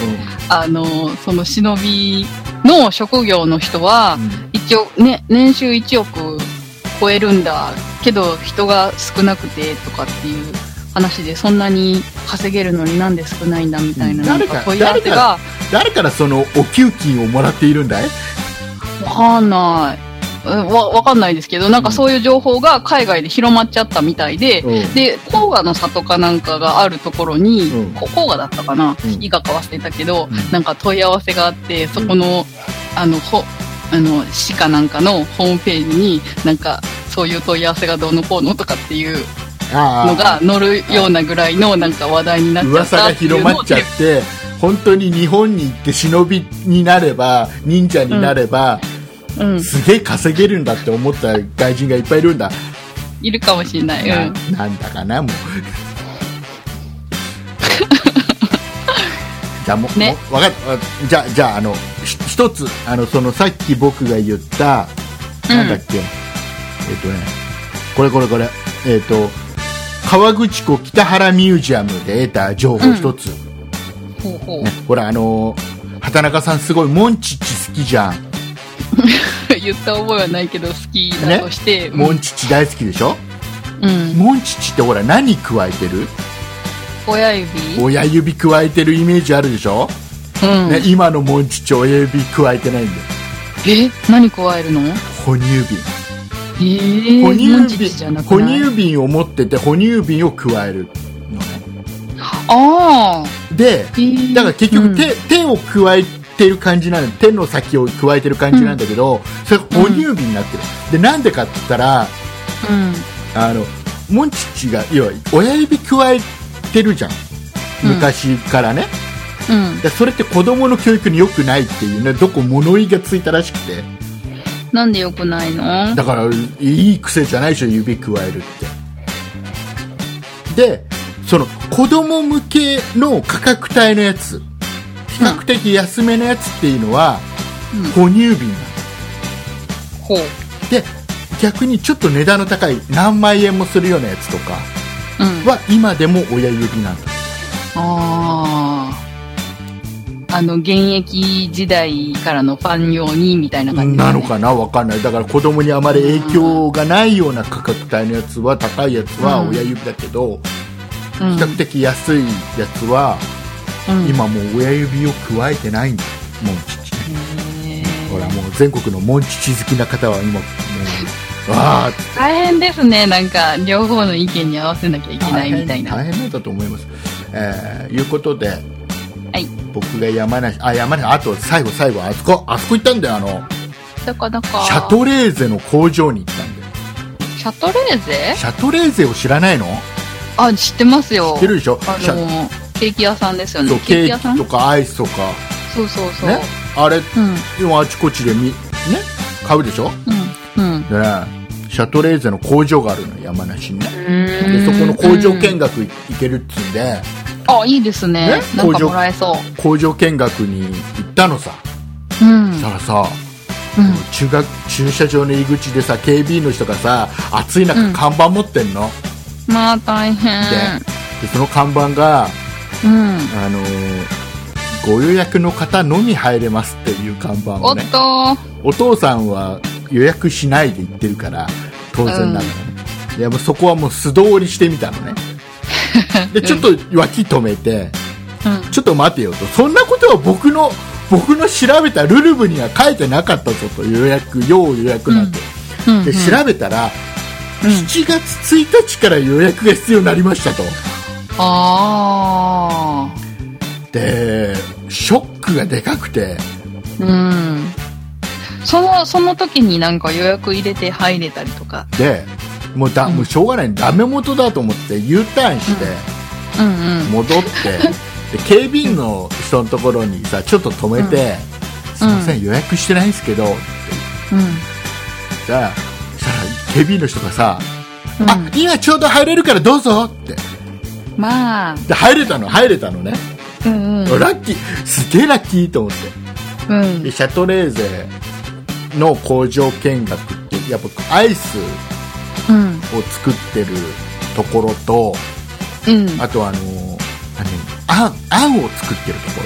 Speaker 1: あの、その忍びの職業の人は
Speaker 2: うん、
Speaker 1: 一応、ね、年収1億超えるんだけど人が少なくてとかっていう話でそんなに稼げるのになんで少ないんだみたいな
Speaker 2: 誰か
Speaker 1: なんか問い合わせが
Speaker 2: 誰からそのお給金をもらっているんだい
Speaker 1: わかんないうんわわかんないですけどなんかそういう情報が海外で広まっちゃったみたいで、
Speaker 2: うん
Speaker 1: で黄河の里かなんかがあるところに、
Speaker 2: うん
Speaker 1: こ黄河だったかな、
Speaker 2: うん
Speaker 1: 伊賀か忘れたけど、
Speaker 2: うん
Speaker 1: なんか問い合わせがあってそこの,、あのほあの市かなんかのホームページになんかそういう問い合わせがどうのこうのとかっていうの
Speaker 2: あ
Speaker 1: が載るようなぐらいのなんか話題にな
Speaker 2: あ
Speaker 1: っちゃっ
Speaker 2: 噂
Speaker 1: た
Speaker 2: が
Speaker 1: っていう
Speaker 2: 広
Speaker 1: のを
Speaker 2: まっちゃって本当に日本に行って忍びになれば忍者になれば、
Speaker 1: うん、
Speaker 2: すげえ稼げるんだって思った外人がいっぱいいるんだ、
Speaker 1: いるかもしれない、うん、
Speaker 2: ななんだか
Speaker 1: *laughs*
Speaker 2: なもうじゃあもう、
Speaker 1: ね
Speaker 2: もう分かったわじゃあじゃああのひ一つあのそのさっき僕が言った、なんだっけえっ、とねこれこれこれえっ、と河口湖北原ミュージアムで得た情報一つ、
Speaker 1: ほうほう
Speaker 2: ね、ほらあのー畑中さんすごいモンチッチ好きじゃん、
Speaker 1: 言った覚えはないけど好きだとして、
Speaker 2: モンチッチ大好きでしょ
Speaker 1: うん、
Speaker 2: モンチッチってほら何加えてる
Speaker 1: 親指、
Speaker 2: 親指加えてるイメージあるでしょ、
Speaker 1: うん
Speaker 2: ね、今のモンチッチ親指加えてないんだよ
Speaker 1: え何加えるのえ
Speaker 2: 哺乳瓶
Speaker 1: ー、
Speaker 2: 哺乳
Speaker 1: モンチッチじゃ
Speaker 2: 瓶
Speaker 1: な
Speaker 2: 哺
Speaker 1: くない
Speaker 2: 乳瓶を持ってて哺乳瓶を加えるのね
Speaker 1: ああ、
Speaker 2: で
Speaker 1: えー
Speaker 2: だから結
Speaker 1: う
Speaker 2: 局
Speaker 1: ん
Speaker 2: 手,、手を加えてる感じなん手の先を加えてる感じなんだけど、それが哺乳瓶になってる、でなんでかって言ったら
Speaker 1: うん
Speaker 2: あのモンチッチが要は親指加えてるじゃん
Speaker 1: うん
Speaker 2: 昔からね、
Speaker 1: うん、
Speaker 2: でそれって子供の教育に良くないっていうねどこ物言いがついたらしくて
Speaker 1: なんでよくない *laughs* の
Speaker 2: だからいい癖じゃないでしょ指加えるってでその子供向けの価格帯のやつ比較的安めのやつっていうのは、
Speaker 1: うん
Speaker 2: 哺乳瓶なの
Speaker 1: ほう
Speaker 2: で逆にちょっと値段の高い何万円もするようなやつとか
Speaker 1: うん
Speaker 2: は今でも親指なんだ
Speaker 1: あああの現役時代からのファン用にみたいな感じ
Speaker 2: なのかなわかんないだから子供にあまり影響がないような価格帯のやつは高いやつは
Speaker 1: うん
Speaker 2: 親指だけど、比
Speaker 1: うん
Speaker 2: 較的安いやつは
Speaker 1: うん
Speaker 2: 今もう親指を加えてないんだモンチッチ
Speaker 1: へ
Speaker 2: ほら
Speaker 1: ー
Speaker 2: もう全国のモンチッチ好きな方は今もうああ
Speaker 1: 大変ですねなんか両方の意見に合わせなきゃいけないみたいな
Speaker 2: 大変大変なんだと思いますえー、いうことで
Speaker 1: はい
Speaker 2: 僕が山梨あ山梨あと最後最後あそこあそこ行ったんだよあの
Speaker 1: どこどこ
Speaker 2: シャトレーゼの工場に行ったんだよ
Speaker 1: シャトレーゼ
Speaker 2: シャトレーゼを知らないの
Speaker 1: あ知ってますよ
Speaker 2: 知ってるでしょ、
Speaker 1: あ
Speaker 2: シャ
Speaker 1: のーケーキ屋さんですよ
Speaker 2: そう
Speaker 1: ねケー
Speaker 2: ケ
Speaker 1: キ屋
Speaker 2: ー
Speaker 1: さ
Speaker 2: キ
Speaker 1: ん
Speaker 2: とかアイスとか
Speaker 1: そうそうそう、
Speaker 2: ねあれ
Speaker 1: うん
Speaker 2: 今あちこちでみね買うでしょ
Speaker 1: うんうん
Speaker 2: でねシャトレーゼの工場があるのよ山梨にね
Speaker 1: で
Speaker 2: でそこの工場見学行けるっつうんで、
Speaker 1: あいいですね
Speaker 2: ね
Speaker 1: なんかもらえそ
Speaker 2: 工場見学に行ったのさ、
Speaker 1: ううん、うん
Speaker 2: そしたらさ、中学駐車場の入り口でさ警備員の人がさ暑い中
Speaker 1: うん
Speaker 2: 看板持ってんの、
Speaker 1: まあ大
Speaker 2: で
Speaker 1: 変
Speaker 2: でその看板が、
Speaker 1: うん
Speaker 2: あのーご予約の方のみ入れますっていう看板
Speaker 1: お
Speaker 2: を
Speaker 1: っ
Speaker 2: ね
Speaker 1: と
Speaker 2: お父さんは予約しないで行ってるから当然なんだね、いやもうそこはもう素通りしてみ
Speaker 1: *laughs*
Speaker 2: たのねでちょっと脇止めて、
Speaker 1: うん
Speaker 2: ちょっと待てよとそんなことは僕の僕の調べたルルブには書いてなかったぞと予約要予約なんて、
Speaker 1: うん
Speaker 2: で
Speaker 1: うん
Speaker 2: 調べたら、
Speaker 1: うん
Speaker 2: 7月1日から予約が必要になりましたと
Speaker 1: あ
Speaker 2: でショックがでかくて
Speaker 1: ーうんそのその時になんか予約入れて入れたりとか
Speaker 2: でもうだ、
Speaker 1: うん
Speaker 2: もうしょうがないダメ元だと思って U ターンして、
Speaker 1: うんうん
Speaker 2: 戻ってで警備員の人のところにさちょっと止めて「すいません予約してないんですけど」って
Speaker 1: う
Speaker 2: 言ったらそしたら警備員の人がさ「
Speaker 1: んう
Speaker 2: あ
Speaker 1: ん
Speaker 2: 今ちょうど入れるからどうぞ」って
Speaker 1: まあ
Speaker 2: で入れたの入れたのね、
Speaker 1: うんうん
Speaker 2: ラッキーすげえラッキーと思って
Speaker 1: うん
Speaker 2: でシャトレーゼの工場見学ってやっぱアイス
Speaker 1: うん
Speaker 2: を作ってるところと
Speaker 1: うん
Speaker 2: あとあのあのあんあんを作ってるとこ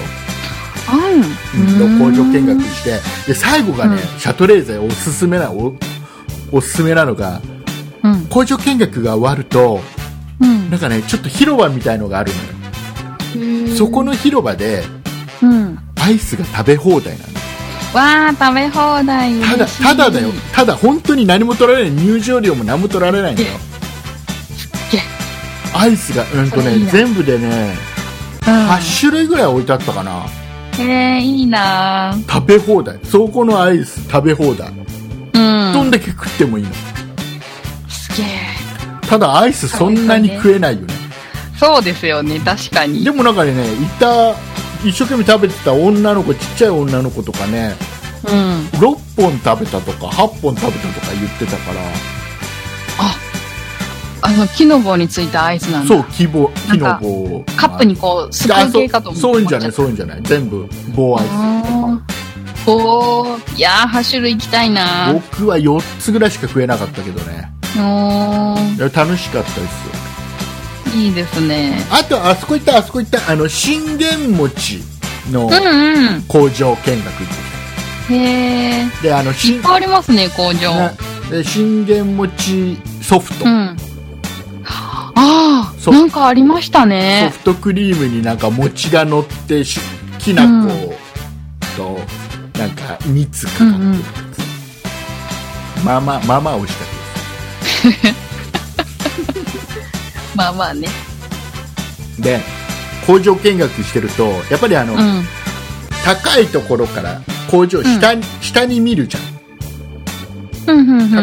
Speaker 2: ろの
Speaker 1: の
Speaker 2: 工場見学してで最後がね、
Speaker 1: う
Speaker 2: シャトレーゼおすすめなおおすすめなのが
Speaker 1: うん
Speaker 2: 工場見学が終わると
Speaker 3: うん
Speaker 2: なんかねちょっと広場みたいのがあるのよそこの広場で
Speaker 3: うん
Speaker 2: アイスが食べ放題なの
Speaker 1: わあ食べ放題
Speaker 2: ただ
Speaker 1: 嬉しい
Speaker 2: ただだよただ本当に何も取られない入場料も何も取られないのよ
Speaker 1: げえ
Speaker 2: アイスがうんと
Speaker 1: そ
Speaker 2: ね
Speaker 1: れいいな
Speaker 2: 全部でね8種類ぐらい置いてあったかな
Speaker 1: うん、えー、いいなー
Speaker 2: 食べ放題そこのアイス食べ放題ど
Speaker 1: うんん
Speaker 2: だけ食ってもいいの
Speaker 1: すげえ
Speaker 2: ただアイスそんなに食えないよね
Speaker 1: そうですよね確かに
Speaker 2: でもなんかねいた一生懸命食べてた女の子ちっちゃい女の子とかね
Speaker 1: うん
Speaker 2: 6本食べたとか8本食べたとか言ってたから
Speaker 1: あの木の棒についたアイスなんだ
Speaker 2: そう木棒木の
Speaker 1: なんか
Speaker 2: 棒を
Speaker 1: カップにこうすく
Speaker 2: あ
Speaker 1: い
Speaker 2: そ
Speaker 1: 系
Speaker 2: う
Speaker 1: かと思って
Speaker 2: そういうんじゃないそういうんじゃない全部棒アイ
Speaker 1: あーおーいやー8種類行きたいな
Speaker 2: ス僕は4つぐらいしか食えなかったけどね
Speaker 1: おー
Speaker 2: いや楽しかったですよ
Speaker 1: いいですね
Speaker 2: あとあそこ行ったあそこ行ったあの信玄餅の
Speaker 1: うん
Speaker 2: 工場見学行って
Speaker 1: うんへえ
Speaker 2: きたであの
Speaker 1: い
Speaker 2: 信
Speaker 1: っぱいありますね工場、
Speaker 2: ねで信玄餅ソフト、
Speaker 1: うんあ
Speaker 2: そ
Speaker 1: あ
Speaker 2: う
Speaker 1: なんかありました
Speaker 2: ソ
Speaker 1: ね
Speaker 2: フトクリームになんか餅が乗ってしきな粉と、なんか蜜かかってるやつ、まあまあまあまあ美味しかっ
Speaker 1: まあまあね
Speaker 2: たですで工場見学してるとやっぱりあの、
Speaker 1: うん
Speaker 2: 高いところから工場下,、に下に見るじゃん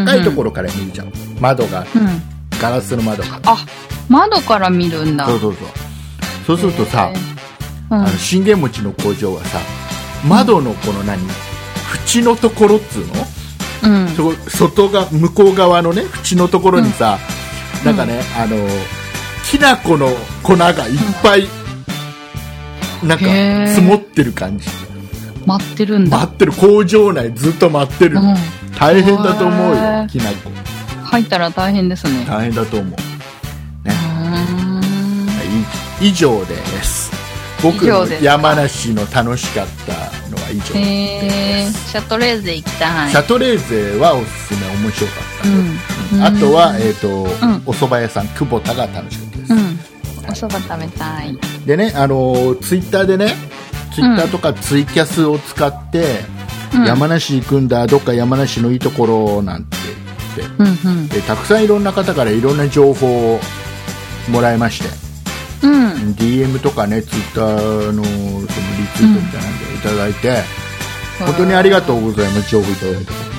Speaker 2: 高いとこ
Speaker 1: ろ
Speaker 2: ろから見るじゃん、窓が
Speaker 1: うん
Speaker 2: ガラスの窓が
Speaker 1: あ窓から見るんだ
Speaker 2: そうそうそうそうするとさ、
Speaker 1: へーうん
Speaker 2: あの信玄餅の工場はさ窓のこの何縁のところっつうの
Speaker 1: うん
Speaker 2: そこ外が向こう側のね縁のところにさ、
Speaker 1: ん
Speaker 2: なんかね、あのきな粉の粉がいっぱい、なんか
Speaker 1: へー
Speaker 2: 積もってる感じ
Speaker 1: 待ってるんだ、
Speaker 2: 待ってる工場内ずっと待ってる、
Speaker 1: う
Speaker 2: 大変だと思う
Speaker 1: へ
Speaker 2: よ
Speaker 1: ー
Speaker 2: きな粉
Speaker 1: ん、入ったら大変ですね
Speaker 2: 大変だと思う
Speaker 1: うーん
Speaker 2: い以上です僕
Speaker 1: 以
Speaker 2: の
Speaker 1: 上ですか
Speaker 2: 山梨の楽しかったのは以上
Speaker 1: え
Speaker 2: で
Speaker 1: ー、
Speaker 2: す、
Speaker 1: シャトレーゼ行きたい
Speaker 2: シャトレーゼはおすすめ面白かった、
Speaker 1: うん
Speaker 2: あとは、えーと
Speaker 1: ん
Speaker 2: お蕎麦屋さん久保田が楽しかったです、
Speaker 1: うんおそば食べたい
Speaker 2: でね、あのツイッター Twitter でねツイッターとかツイキャスを使って、
Speaker 1: うん
Speaker 2: 山梨行くんだどっか山梨のいいところなんて言っ
Speaker 1: うんうん
Speaker 2: てでたくさんいろんな方からいろんな情報をもらいまして
Speaker 1: うん
Speaker 2: DM とかねツイッターのそのリツイートみたいなのをいただいて、本当にありがとうございます情報いただいて、
Speaker 1: うん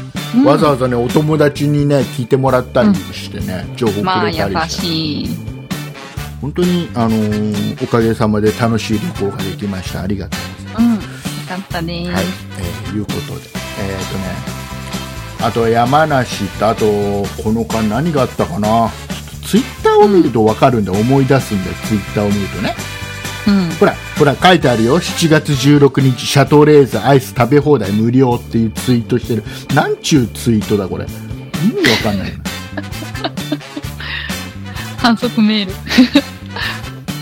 Speaker 2: わざわざねお友達にね聞いてもらったりしてね、情報くれ
Speaker 1: ま
Speaker 2: た
Speaker 1: あ
Speaker 2: り
Speaker 1: 優
Speaker 2: して、
Speaker 1: しい
Speaker 2: 本当にあのーおかげさまで楽しい旅行ができましたありがとうございます
Speaker 1: うんよかったです、
Speaker 2: はい、えーいうことで、えーとね、あと山梨と、あと、この間何があったかな、ツイッターを見ると分かるんで、思い出すんで、ツイッターを見るとね、
Speaker 1: うん
Speaker 2: ほら、ほら、書いてあるよ、7月16日、シャトレーゼアイス食べ放題無料っていうツイートしてる、なんちゅうツイートだ、これ、意味分かんないな、
Speaker 1: 反則メール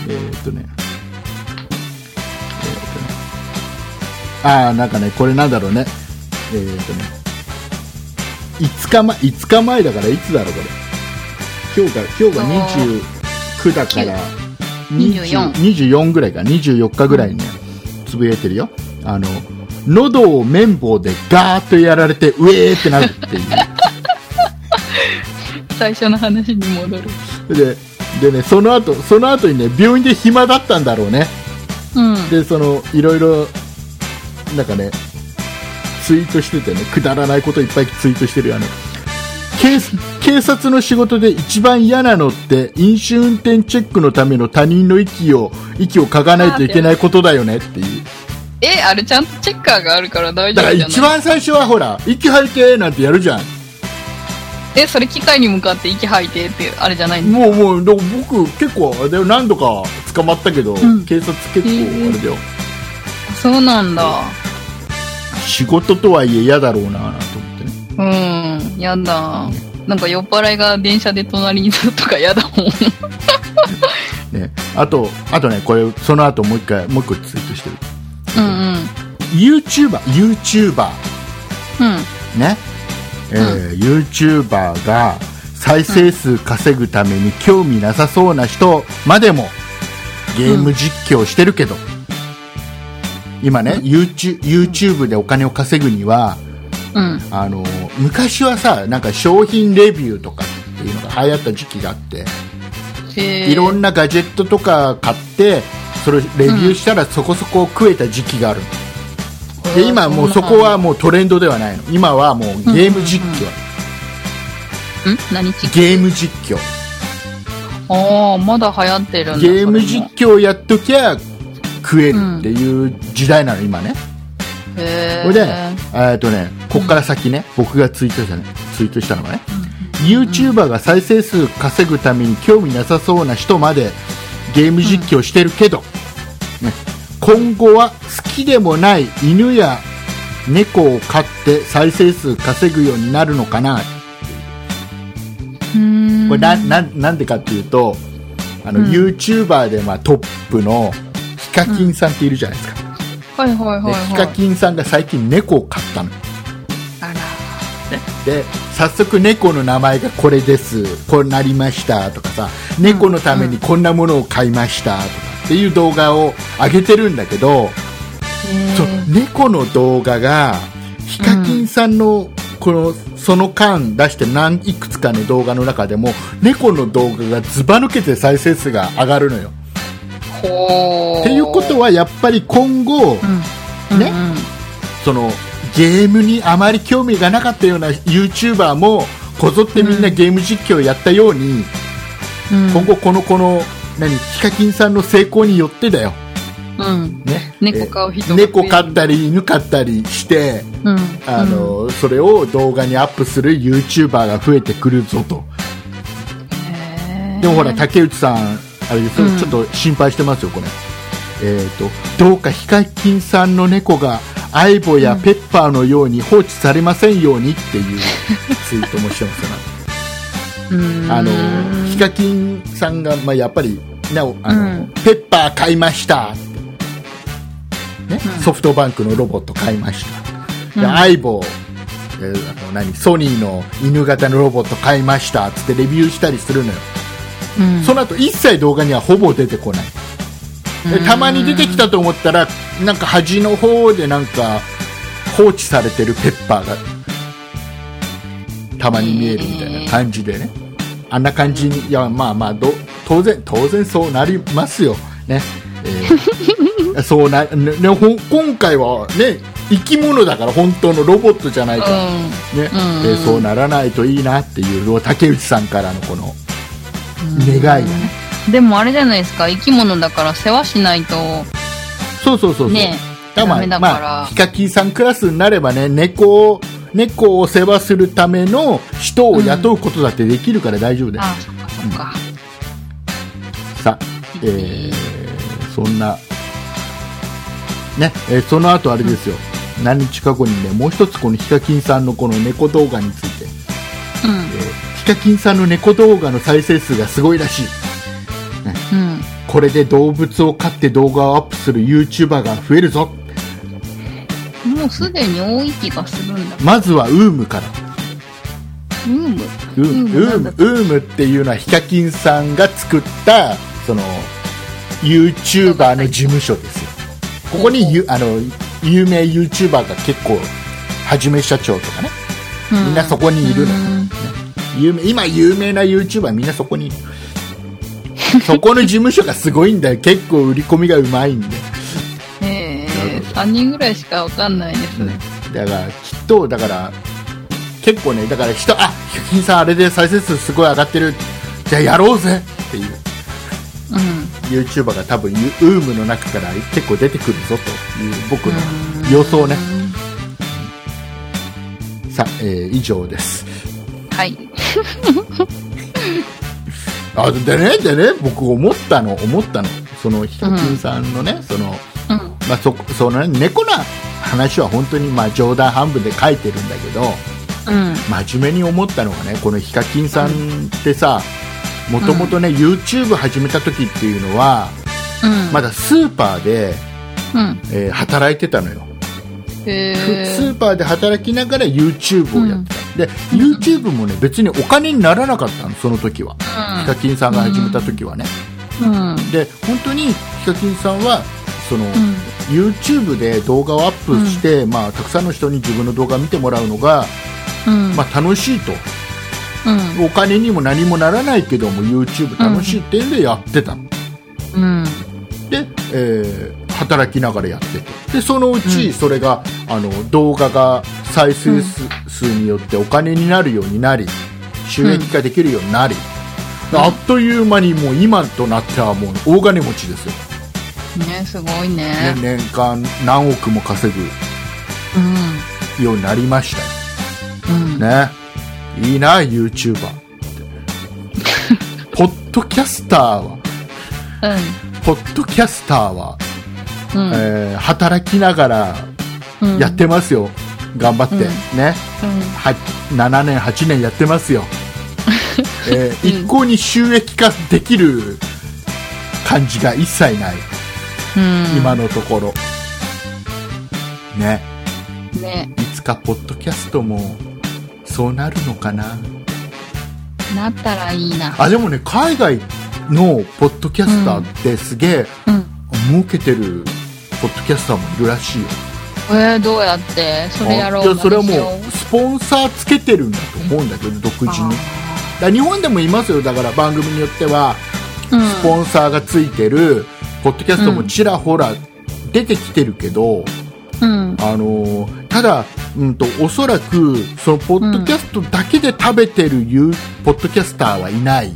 Speaker 2: えーとね、えーとね、ああ、なんかね、これなんだろうね、えーとね、5日前、5日前だからいつだろう、これ。今日が、今日が29だから、
Speaker 1: 24
Speaker 2: 20 24ぐらいか、24日ぐらいにね、つぶやいてるよ。あの、喉を綿棒でガーッとやられて、ウェーってなるっていう。
Speaker 1: 最初の話に戻る
Speaker 2: で、でね、その後、その後にね、病院で暇だったんだろうね。
Speaker 1: うん
Speaker 2: でそのいろいろなんかねツイートしててねくだらないこといっぱいツイートしてるよあの警警察の仕事で一番嫌なのって飲酒運転チェックのための他人の息を息を嗅がないといけないことだよねっていう
Speaker 1: えあれちゃんとチェッカーがあるから大
Speaker 2: だ
Speaker 1: 丈
Speaker 2: から
Speaker 1: 夫じゃ
Speaker 2: 一
Speaker 1: ない
Speaker 2: 番最初はほら息吐いてなんてやるじゃん
Speaker 1: えそれ機械に向かって息吐いてってあれじゃないの
Speaker 2: もうもうでも僕結構あれだよ何度か捕まったけど、
Speaker 1: ん
Speaker 2: 警察結構あれだよ、
Speaker 1: そうなんだ
Speaker 2: 仕事とはいえ嫌だろうなと思ってね
Speaker 1: うんやだなんか酔っ払いが電車で隣にいたとかやだもん
Speaker 2: ね、あと、あとね、これ、その後もう一回、もう一個ツイートしてる。
Speaker 1: うんうん
Speaker 2: YouTuber、YouTuber、
Speaker 1: うん
Speaker 2: ね、えー YouTuber が、再生数稼ぐために興味なさそうな人までもゲーム実況してるけど、今ね、YouTube, YouTube でお金を稼ぐには
Speaker 1: うん。
Speaker 2: あの昔はさなんか商品レビューとかっていうのが流行った時期があって、
Speaker 1: へー
Speaker 2: いろんなガジェットとか買ってそれレビューしたらそこそこ食えた時期があるの、で今もうそこはもうトレンドではないの今はもうゲーム実況、
Speaker 1: ん何チ
Speaker 2: ゲーム実況
Speaker 1: ああ、まだ流行ってるんだ。
Speaker 2: ゲーム
Speaker 1: それ
Speaker 2: 実
Speaker 1: も
Speaker 2: 況やっときゃ食えるっていう時代なの今ね、
Speaker 1: へ
Speaker 2: それでえっとねこっから先ね、僕がツイートしたねツイートしたのがね、YouTuber が再生数稼ぐために興味なさそうな人までゲーム実況してるけど、ね、今後は好きでもない犬や猫を飼って再生数稼ぐようになるのかな
Speaker 1: ー。
Speaker 2: これなななんでかっていうとあの、
Speaker 1: うん
Speaker 2: YouTuber でまあトップのヒカキンさんっているじゃないですか、
Speaker 1: はいはいはい、
Speaker 2: で
Speaker 1: はい。
Speaker 2: ヒカキンさんが最近猫を飼ったの
Speaker 1: あら。
Speaker 2: で早速猫の名前がこれですこうなりましたとかさ猫のためにこんなものを買いましたとかっていう動画を上げてるんだけど、
Speaker 1: へー
Speaker 2: そう猫の動画がヒカキンさんの、このその間出して何いくつかの動画の中でも猫の動画がずば抜けて再生数が上がるのよ。
Speaker 1: ほー。
Speaker 2: っていうことはやっぱり今後、
Speaker 1: うん、
Speaker 2: ね
Speaker 1: うんうん
Speaker 2: そのゲームにあまり興味がなかったような YouTuber もこぞってみんなゲーム実況をやったように、
Speaker 1: うん
Speaker 2: 今後このこの何ヒカキンさんの成功によってだよ、
Speaker 1: うん、
Speaker 2: ね、
Speaker 1: 猫飼う人
Speaker 2: え
Speaker 1: が
Speaker 2: ー猫飼ったり犬飼ったりして
Speaker 1: うん、
Speaker 2: あの、それを動画にアップする YouTuber が増えてくるぞとでもほら
Speaker 1: た
Speaker 2: 竹内さんあれですよ
Speaker 1: うん
Speaker 2: ちょっと心配してますよこれ、えっ、とどうかヒカキンさんの猫がアイボやペッパーのように放置されませんようにっ
Speaker 1: *laughs*
Speaker 2: ていうツイートもしてますからあのヒカキンさんが、まあ、やっぱりなおあの、
Speaker 1: うん
Speaker 2: ペッパー買いました、ね
Speaker 1: うん
Speaker 2: ソフトバンクのロボット買いました、で
Speaker 1: うん
Speaker 2: 相棒、えーあの何ソニーの犬型のロボット買いましたつってレビューしたりするのよ、
Speaker 1: うん
Speaker 2: その後一切動画にはほぼ出てこないでたまに出てきたと思ったらなんか端の方でなんか放置されてるペッパーがたまに見えるみたいな感じでね、あんな感じにいやまあまあど当然当然そうなりますよね、え
Speaker 1: *laughs*
Speaker 2: ーそうな、ねねほん今回はね生き物だから本当のロボットじゃないから、ね
Speaker 1: うん
Speaker 2: えーそうならないといいなっていう竹内さんからのこの願いがね、
Speaker 1: うん、でもあれじゃないですか生き物だから世話しないと
Speaker 2: そうそうそうそう、
Speaker 1: ね
Speaker 2: だま
Speaker 1: ダ
Speaker 2: あ
Speaker 1: メだから
Speaker 2: まあ、ヒカキンさんクラスになればね猫を猫を世話するための人を雇うことだってできるから大丈夫です、
Speaker 1: あそっかそっか、
Speaker 2: さあ、えー、そんなね、えーその後あれですよ、何日か後にねもう一つこのヒカキンさんのこの猫動画について、えーヒカキンさんの猫動画の再生数がすごいらしい
Speaker 1: うんうん
Speaker 2: これで動物を飼って動画をアップする YouTuber が増えるぞ
Speaker 1: もうすでに多い気がするんだ。
Speaker 2: まずはウームから
Speaker 1: ブーム。
Speaker 2: ウームウ
Speaker 1: な
Speaker 2: ー
Speaker 1: ん
Speaker 2: ム
Speaker 1: だ
Speaker 2: ウームっていうのはヒカキンさんが作ったその YouTuber の事務所ですよここにゆあの有名 YouTuber が結構はじめ社長とかね
Speaker 1: うん
Speaker 2: みんなそこにいるのよ、
Speaker 1: うん
Speaker 2: 有名今有名な YouTuber みんなそこにいるそこの事務所がすごいんだよ結構売り込みがうまいんで
Speaker 1: ええ3人ぐらいしかわかんないですね。
Speaker 2: だからきっとだから結構ねだから人あヒカキンさんあれで再生数すごい上がってるじゃあやろうぜっていう
Speaker 1: うん。
Speaker 2: YouTuber が多分ユウームの中から結構出てくるぞという僕の予想ねさあ、えー以上です
Speaker 1: はい。
Speaker 2: あでねでね僕思ったの思ったのそのヒカキンさんのね、その
Speaker 1: うん。
Speaker 2: まあ、そそのね猫な話は本当にまあ冗談半分で書いてるんだけど
Speaker 1: うん。
Speaker 2: 真面目に思ったのがねこのヒカキンさんってさもともとね、YouTube 始めた時っていうのは
Speaker 1: うん。
Speaker 2: まだスーパーで、
Speaker 1: うん。
Speaker 2: えー働いてたのよ
Speaker 1: へ
Speaker 2: ふス
Speaker 1: え。
Speaker 2: ーパーで働きながら YouTube をやってた、で YouTube もね別にお金にならなかったのその時はヒカ
Speaker 1: う
Speaker 2: キンさんが始めた時はね、
Speaker 1: ん。うん。
Speaker 2: で本当にヒカキンさんはその、
Speaker 1: うん。
Speaker 2: YouTube で動画をアップして、まあ、たくさんの人に自分の動画を見てもらうのが、
Speaker 1: うん。
Speaker 2: まあ、楽しいと
Speaker 1: うん。
Speaker 2: お金にも何もならないけども YouTube 楽しいっていうんでやってたの
Speaker 1: うん。
Speaker 2: で、えー働きながらやっててでそのう
Speaker 1: う
Speaker 2: ち
Speaker 1: ん
Speaker 2: それが、あの動画が再生数,、によってお金になるようになり収益化できるようになり、
Speaker 1: うん
Speaker 2: あっという間にもう今となってはもう大金持ちですよ、
Speaker 1: ね、すごいね
Speaker 2: ね。年間何億も稼ぐ
Speaker 1: う
Speaker 2: ようになりましたよ
Speaker 1: ん。うん。
Speaker 2: ねいいな YouTuber
Speaker 1: *laughs*
Speaker 2: ってポッドキャスターはポッドキャスターは、
Speaker 1: うん。うん。
Speaker 2: えー働きながら
Speaker 1: うん
Speaker 2: やっ。てますよ、頑張って、
Speaker 1: うんう
Speaker 2: ね
Speaker 1: ん。
Speaker 2: は7年8年やってま
Speaker 1: *laughs*
Speaker 2: すよ、えー
Speaker 1: うん
Speaker 2: 一向に収益化できる感じが一切ない、
Speaker 1: うん。
Speaker 2: 今のところね
Speaker 1: ね。
Speaker 2: いつかポッドキャストもそうなるのかな
Speaker 1: なったらいいな。
Speaker 2: あでもね海外のポッドキャスターってすげえ
Speaker 1: うん。
Speaker 2: 儲けてるポッドキャスターもいるらしいよ、
Speaker 1: えー、どうやってそれやろう。
Speaker 2: じゃあそれはもうスポンサーつけてるんだと思うんだけど独自にだから日本でもいますよだから番組によっては
Speaker 1: うん。
Speaker 2: スポンサーがついてるポッドキャストもちらほら出てきてるけど、
Speaker 1: うん。
Speaker 2: あのーただ、うん、とおそらくそのポッドキャストだけで食べてるいうポッドキャスターはいない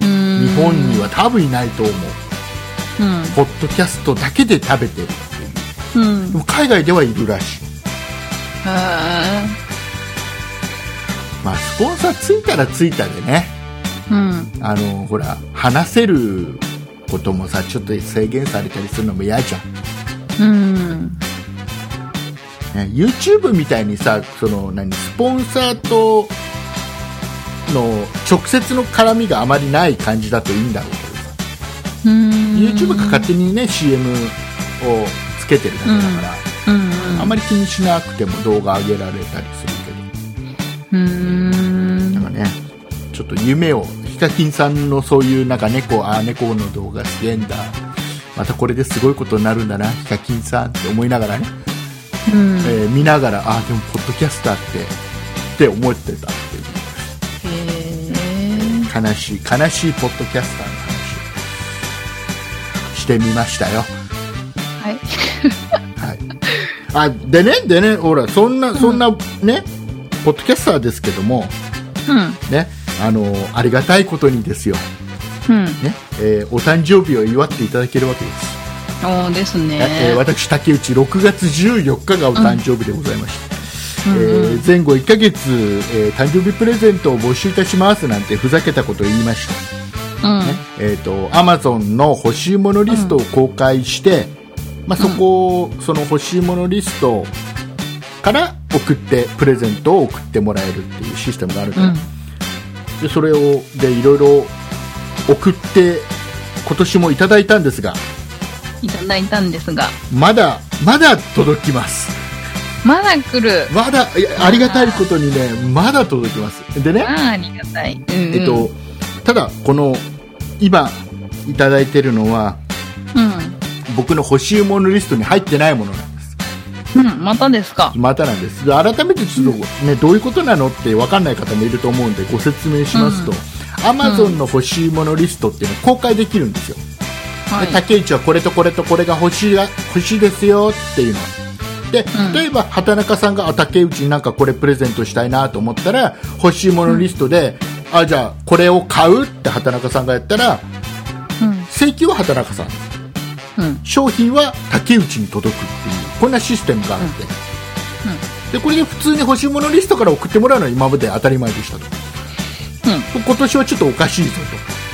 Speaker 2: 日
Speaker 1: 日
Speaker 2: 本に。は多分いないと思う
Speaker 1: うん。
Speaker 2: ポッドキャストだけで食べてるっていう
Speaker 1: うん
Speaker 2: で。も海外ではいるらしい、
Speaker 1: へー
Speaker 2: まあ、スポンサーついたらついたでね
Speaker 1: うん。
Speaker 2: あのほら話せることもさちょっと制限されたりするのも嫌じゃ
Speaker 1: うん。
Speaker 2: ん、ね、YouTube みたいにさその何スポンサーとの直接の絡みがあまりない感じだといいんだろうけ
Speaker 1: う
Speaker 2: どさ YouTube が勝手にね CM をつけてるだけだから、
Speaker 1: うん
Speaker 2: あまり気にしなくても動画上げられたりする
Speaker 1: うん。
Speaker 2: けどなんかねちょっと夢をヒカキンさんのそういうなんか猫あー猫の動画してんだまたこれですごいことになるんだなヒカキンさんって思いながらね
Speaker 1: うん。へ
Speaker 2: えー見ながらあーでもポッドキャスターってって思ってたっていう
Speaker 1: ー
Speaker 2: 悲しい悲しいポッドキャスターの話してみましたよ
Speaker 1: はい。
Speaker 2: はいあでねでねほらそんなそんなね、ポッドキャスターですけども
Speaker 1: う
Speaker 2: ねあのーありがたいことにですよ、
Speaker 1: ん。うん。
Speaker 2: ねえーお誕生日を祝っていただけるわけで
Speaker 1: お
Speaker 2: す、
Speaker 1: ーですね。
Speaker 2: えー私竹内6月14日がお誕生日でございました、
Speaker 1: うん
Speaker 2: えー前後1ヶ月、えー誕生日プレゼントを募集いたしますなんてふざけたことを言いました、
Speaker 1: うん。
Speaker 2: ねえー、と Amazon の欲しいものリストを公開して、まあ、そこを、その欲しいものリストから送ってプレゼントを送ってもらえるっていうシステムがあるか
Speaker 1: う
Speaker 2: ら、
Speaker 1: ん。
Speaker 2: でそれをでいろいろ送って今年もいただいたんですが
Speaker 1: いただいたんですが、
Speaker 2: まだまだ届きます
Speaker 1: まだ来る。
Speaker 2: まだいやありがたいことにねまだ届きますでね、
Speaker 1: ああ、ありがたい。うん。
Speaker 2: えっと、、ただこの今いただいてるのは
Speaker 1: う
Speaker 2: 僕の欲しいものリストに入ってないものなんです
Speaker 1: ん。うん、またですか。
Speaker 2: またなんですで改めてちょっとね、どういうことなのって分かんない方もいると思うんでご説明しますと、
Speaker 1: う
Speaker 2: Amazon の欲しいものリストっていうのは公開できるんですよ、
Speaker 1: は
Speaker 2: で
Speaker 1: い。
Speaker 2: 竹内はこれとこれとこれが欲しいが欲しいですよっていうので、
Speaker 1: うん
Speaker 2: 例えば畑中さんがあ竹内になんかこれプレゼントしたいなと思ったら欲しいものリストで、あじゃあこれを買うって畑中さんがやったら
Speaker 1: うん。
Speaker 2: 請求は畑中さん
Speaker 1: うん。
Speaker 2: 商品は竹内に届くっていうこんなシステムがあって、
Speaker 1: うんうん
Speaker 2: でこれで普通に欲しいものリストから送ってもらうのは今まで当たり前でしたと今年はちょっとおかしいぞと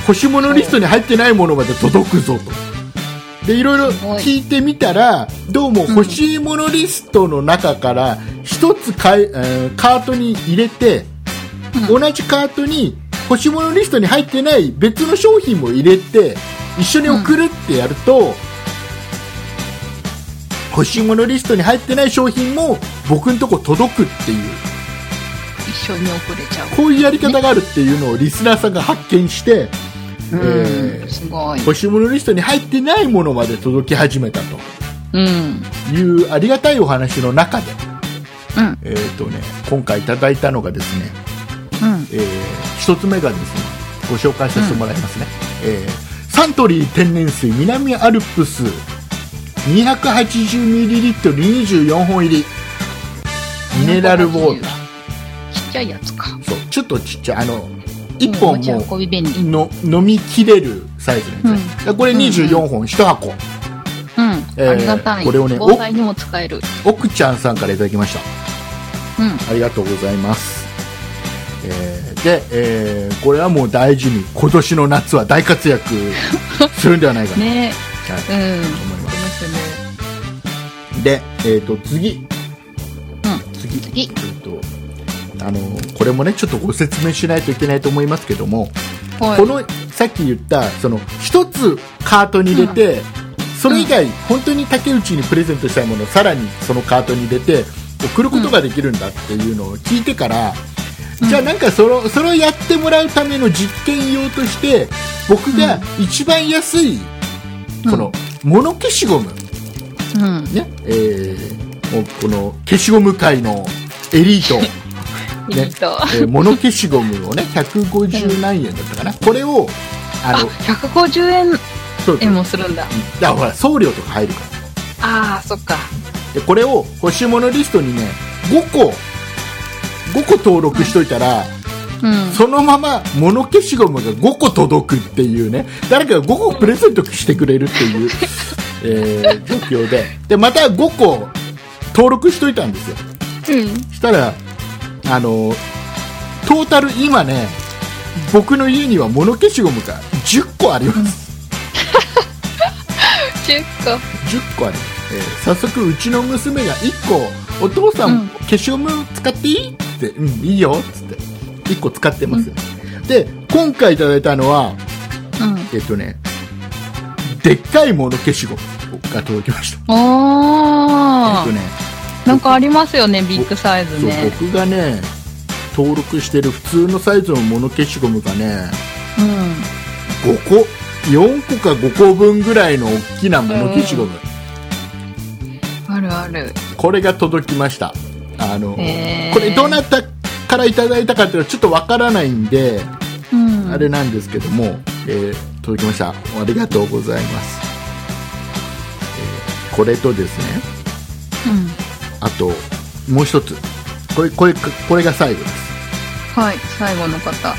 Speaker 2: 欲しいものリストに入ってないものまで届くぞとでいろいろ
Speaker 1: すごい
Speaker 2: 聞いてみたらどうも欲しいものリストの中から一つかい、えーカートに入れて、
Speaker 1: うん。
Speaker 2: 同じカートに欲しいものリストに入ってない別の商品も入れて一緒に送るってやると、欲しいものリストに入ってない商品も僕のとこ届くっていう
Speaker 1: 一緒に遅れちゃう。
Speaker 2: こういうやり方があるっていうのをリスナーさんが発見して、
Speaker 1: うん、
Speaker 2: えー
Speaker 1: すごい。
Speaker 2: 欲しいものリストに入ってないものまで届き始めたと
Speaker 1: うん、
Speaker 2: いうありがたいお話の中で、
Speaker 1: うん、
Speaker 2: えーとね、今回いただいたのがですね、
Speaker 1: うん。
Speaker 2: えー一つ目がですねご紹介させてもらいますね、えーサントリー天然水南アルプス 280ml24 本入りミネラルウォーター
Speaker 1: ちっちゃいやつか。
Speaker 2: そうちょっとちっちゃいあの1本
Speaker 1: 持ち
Speaker 2: も
Speaker 1: 運び便利。
Speaker 2: うの飲みきれるサイズのやつね、だからこれ24本1箱、
Speaker 1: うん、
Speaker 2: えー
Speaker 1: ありがたい。
Speaker 2: これをね
Speaker 1: 防災にも使える。
Speaker 2: 奥ちゃんさんからいただきました
Speaker 1: うん、
Speaker 2: ありがとうございます、えーで、えーこれはもう大事に今年の夏は大活躍するんではないかな、
Speaker 1: ね
Speaker 2: はい
Speaker 1: うん。
Speaker 2: 思いま
Speaker 1: ですね。
Speaker 2: で、えー、と次、
Speaker 1: う
Speaker 2: 次
Speaker 1: 次
Speaker 2: えーとあのこれもねちょっとご説明しないといけないと思いますけども、
Speaker 1: はい
Speaker 2: このさっき言ったその一つカートに入れて、それ以外、本当に竹内にプレゼントしたいものをさらにそのカートに入れて送ることができるんだっていうのを聞いてから、じゃあなんかそのそれをやってもらうための実験用として僕が一番安い、この物消しゴム、
Speaker 1: うん。
Speaker 2: ねえーもうこの消しゴム界のエリ
Speaker 1: *laughs*
Speaker 2: ート、
Speaker 1: いいと。
Speaker 2: えー物消しゴムをね150何円だったかな、これをあ
Speaker 1: あ、
Speaker 2: の
Speaker 1: 150円
Speaker 2: そう
Speaker 1: 円もするんだ。
Speaker 2: だからほら送料とか入るから
Speaker 1: ああ、そっか。
Speaker 2: でこれを欲しいものリストにね5個5個登録しといたら、
Speaker 1: うん。
Speaker 2: そのまま物消しゴムが5個届くっていうね誰かが5個プレゼントしてくれるっていう、 *laughs* えー状況ででまた5個登録しといたんですよ
Speaker 1: うん。
Speaker 2: したらあのトータル今ね僕の家には物消しゴムが10個あります、
Speaker 1: 10個。
Speaker 2: 10個あります、えー早速うちの娘が1個「お父さん、
Speaker 1: うん
Speaker 2: 消しゴム使っていい?」って「うんいいよ」っつって1個使ってます、で今回いただいたのは
Speaker 1: うん。
Speaker 2: えっとねでっかい物消しゴムが届きましたえ
Speaker 1: お
Speaker 2: っと
Speaker 1: ー。
Speaker 2: ね
Speaker 1: なんかありますよね、ビッグサイズ
Speaker 2: そう
Speaker 1: ね。
Speaker 2: 僕がね登録してる普通のサイズの物消しゴムがね
Speaker 1: うん。
Speaker 2: 5個4個か5個分ぐらいの大きな物消しゴム、
Speaker 1: あるある。
Speaker 2: これが届きましたあの、
Speaker 1: へー
Speaker 2: これどなたからいただいたかっていうのはちょっとわからないんで、
Speaker 1: うん。
Speaker 2: あれなんですけども、えー届きましたありがとうございます、えーこれとですね
Speaker 1: うん。
Speaker 2: あともう一つこれこれこれが最後です
Speaker 1: はい、最後の方。
Speaker 2: えーとね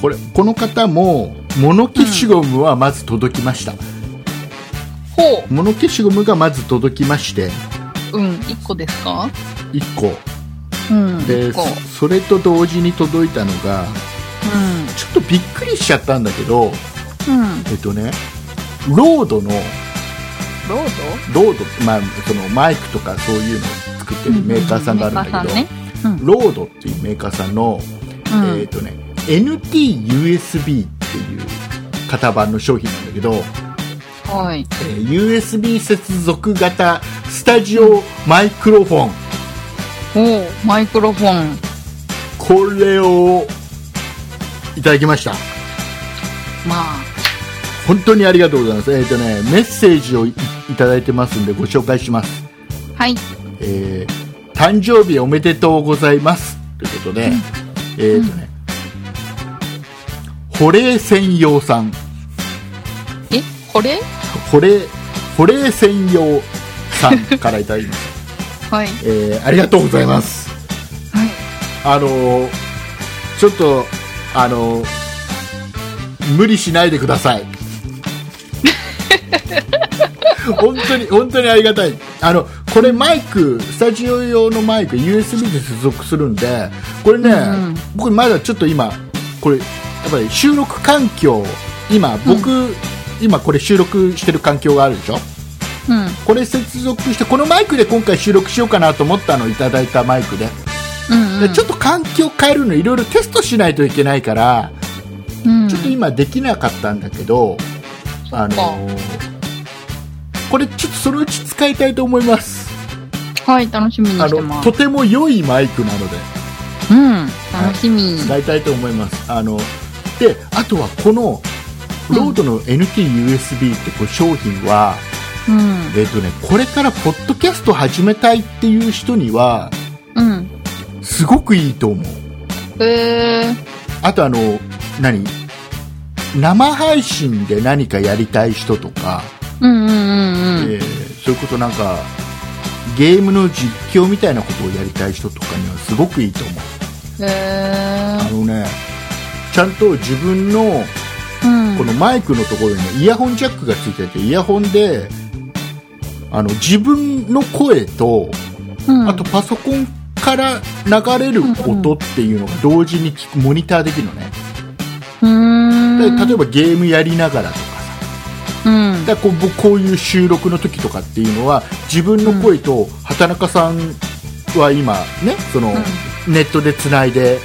Speaker 2: これこの方も物消しゴムはまず届きました、
Speaker 1: ほ
Speaker 2: 物消しゴムがまず届きまして
Speaker 1: う。うん、1個ですか
Speaker 2: 1個
Speaker 1: うん。
Speaker 2: で
Speaker 1: 一個。うん。
Speaker 2: それと同時に届いたのがちょっとびっくりしちゃったんだけど
Speaker 1: うん。
Speaker 2: えっとねロードの
Speaker 1: ロー
Speaker 2: ロード、まあ、そのマイクとかそういうのを作って
Speaker 1: ド
Speaker 2: るメーカーさんがあるんだけど、
Speaker 1: メーカーさんね。
Speaker 2: ロードっていうメーカーさんの、
Speaker 1: うん。うん
Speaker 2: えっとね NTUSB っていう型番の商品なんだけど、
Speaker 1: はい。
Speaker 2: えー USB 接続型スタジオマイクロフォン
Speaker 1: おうマイクロフォン。
Speaker 2: これをいただきました
Speaker 1: まあ、
Speaker 2: 本当にありがとうございますえっ、とねメッセージをいいただいてますんでご紹介します
Speaker 1: はい。
Speaker 2: えー誕生日おめでとうございますということで、えっ、とね、保冷専用さん
Speaker 1: え、これ
Speaker 2: 保冷保冷専用さんからいただきました、
Speaker 1: はい。
Speaker 2: えーありがとうございます
Speaker 1: はい。
Speaker 2: あのーちょっと、あのー無理しないでくだ
Speaker 1: *laughs*
Speaker 2: さい。本当に、本当にありがたい。あの、これマイク、スタジオ用のマイク、USB で接続するんで、これね、
Speaker 1: うん
Speaker 2: 僕まだちょっと今、これ、やっぱり収録環境、今、僕、今これ収録してる環境があるでしょ
Speaker 1: うん。
Speaker 2: これ接続して、このマイクで今回収録しようかなと思ったのをいただいたマイクで。
Speaker 1: うん、う
Speaker 2: で
Speaker 1: ん。
Speaker 2: ちょっと環境変えるのいろいろテストしないといけないから、
Speaker 1: うん、
Speaker 2: ちょっと今できなかったんだけど、あのーこれちょっとそのうち使いたいと思います。
Speaker 1: はい、楽しみに
Speaker 2: あ
Speaker 1: してま
Speaker 2: の
Speaker 1: す
Speaker 2: と。ても良いマイクなので
Speaker 1: うん、楽しみ。
Speaker 2: 使いたいと思いますあのであとはこのロードの NTUSB ってこう商品は、
Speaker 1: うん、
Speaker 2: えっとね、これからポッドキャスト始めたいっていう人には
Speaker 1: うん。
Speaker 2: すごくいいと思う
Speaker 1: えー、
Speaker 2: あとあの何生配信で何かやりたい人とか、
Speaker 1: うんうんうんうん。
Speaker 2: えーそういうことなんかゲームの実況みたいなことをやりたい人とかにはすごくいいと思う
Speaker 1: え
Speaker 2: あのねちゃんと自分の
Speaker 1: ー、うん。
Speaker 2: このマイクのところにねイヤホンジャックがついててイヤホンであの自分の声と
Speaker 1: うん、
Speaker 2: あとパソコンから流れる音っていうのが同時に聞くモニターできるのね
Speaker 1: うーん、
Speaker 2: で例えばゲームやりながらとかさ
Speaker 1: うん、
Speaker 2: だからこう僕こういう収録の時とかっていうのは自分の声と畑中さんは今ねそのネットでつないで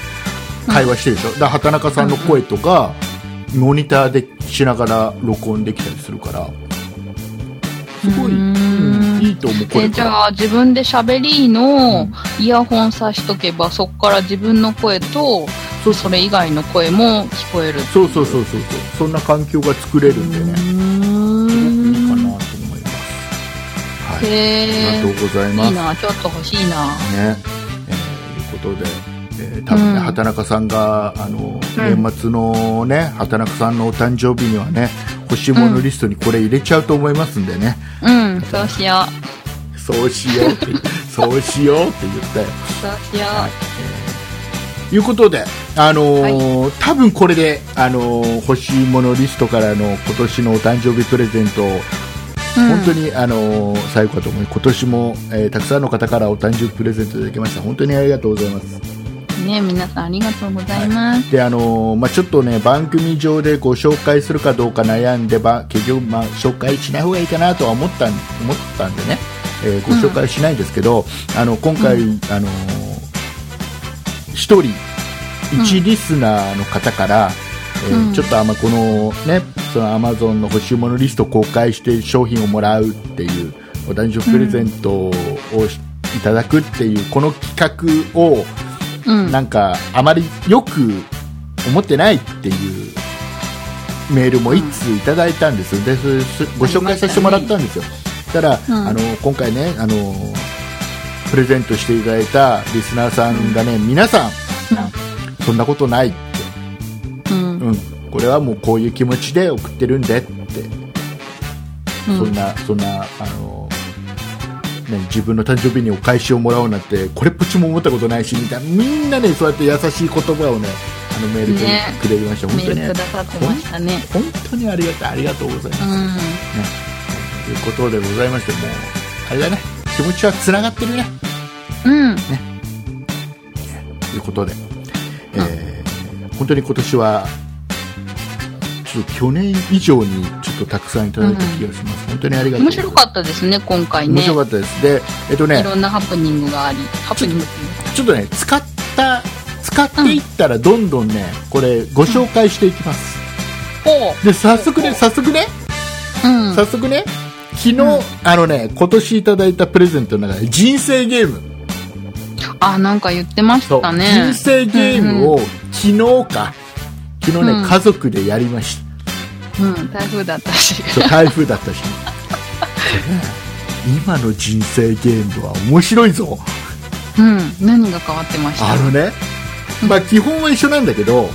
Speaker 2: 会話してるでしょだから畑中さんの声とかモニターでしながら録音できたりするからすごい、
Speaker 1: うーん
Speaker 2: うんいいと思うこ
Speaker 1: え
Speaker 2: れ
Speaker 1: じ
Speaker 2: から
Speaker 1: ゃあ自分で喋りのイヤホンさしとけばそこから自分の声と
Speaker 2: そうそ
Speaker 1: それ以外の声も聞こえる
Speaker 2: そうそうそうそうそうそんな環境が作れるんでねすごくいいかなと思います。
Speaker 1: う
Speaker 2: はい。あ
Speaker 1: へ
Speaker 2: り
Speaker 1: え
Speaker 2: がとうございま
Speaker 1: い
Speaker 2: す。
Speaker 1: い
Speaker 2: ね。
Speaker 1: なちょっと欲しいな
Speaker 2: えーということで、えー多分ね、
Speaker 1: うん
Speaker 2: 畑中さんが、あの、
Speaker 1: うん
Speaker 2: 年末のね、畑中さんのお誕生日にはね、欲しいものリストにこれ入れちゃうと思いますんでね、
Speaker 1: うんそうしよう
Speaker 2: そうしよ
Speaker 1: *laughs*
Speaker 2: うって、そうしようって言ったよ。
Speaker 1: そうしよ
Speaker 2: はいいうことで、あのー多分これで、あのー欲しいものリストからの今年のお誕生日プレゼントを
Speaker 1: う、うん、
Speaker 2: 本当に、あのー最後かと思い今年も、えーたくさんの方からお誕生日プレゼントいただきました本当にありがとうございます
Speaker 1: ね皆さんありがとうございます、
Speaker 2: で、あのーまあ、ちょっとね番組上でご紹介するかどうか悩んでば結局、まあ、紹介しない方がいいかなとは思ったん思ったんでね、えーご紹介しないんですけど、あの今回、あのー、1人1リスナーの方から、えー
Speaker 1: うん
Speaker 2: ちょっとあんまこのねそのアマゾンの欲しいものリストを公開して商品をもらうっていうお誕生日プレゼントをしいただくっていうこの企画を
Speaker 1: うん
Speaker 2: なんかあまりよく思ってないっていうメールも一通いただいたんですよ、でそれそご紹介させてもらったんですよたら、
Speaker 1: うん
Speaker 2: あの今回ねあのプレゼントしていただいたリスナーさんがね、皆さんそんなことないって、
Speaker 1: うん
Speaker 2: うん、これはもうこういう気持ちで送ってるんでって、
Speaker 1: うん
Speaker 2: そんなそんなあの、ね、自分の誕生日にお返しをもらおうなんてこれっぽっちも思ったことないしみたいなみんなねそうやって優しい言葉をねあのメールで
Speaker 1: ね
Speaker 2: くれました、
Speaker 1: メ
Speaker 2: 本当に
Speaker 1: ールくださってましたね
Speaker 2: 本当にありがたいありがとうございます、
Speaker 1: う
Speaker 2: ね
Speaker 1: ん
Speaker 2: ということでございましてもうあれだね気持ちはつながってるね
Speaker 1: うん
Speaker 2: ということで、えー本当に今年はちょっと去年以上にちょっとたくさんいただいた気がします、本当にありがとう
Speaker 1: 面白かったですね今回ね
Speaker 2: 面白かったですでえっとね
Speaker 1: いろんなハプニングがありハプニングっていう
Speaker 2: ちょっとね使った使っていったらどんどんねこれご紹介していきます、
Speaker 1: ほ
Speaker 2: で早速ね早速ね、
Speaker 1: ううん
Speaker 2: 早速ね昨日、
Speaker 1: うん
Speaker 2: あのね今年いただいたプレゼントの中で人生ゲーム
Speaker 1: あ、なんか言ってまし
Speaker 2: そう
Speaker 1: たね
Speaker 2: 人。生ゲームを昨日か昨日ね、
Speaker 1: うん
Speaker 2: 家族でやりました
Speaker 1: うん、台風だったし。
Speaker 2: そう台風だったし、ね、 *laughs* 今の人生ゲームは面白いぞ
Speaker 1: うん、何が変わってました
Speaker 2: あのねまあ基本は一緒なんだけど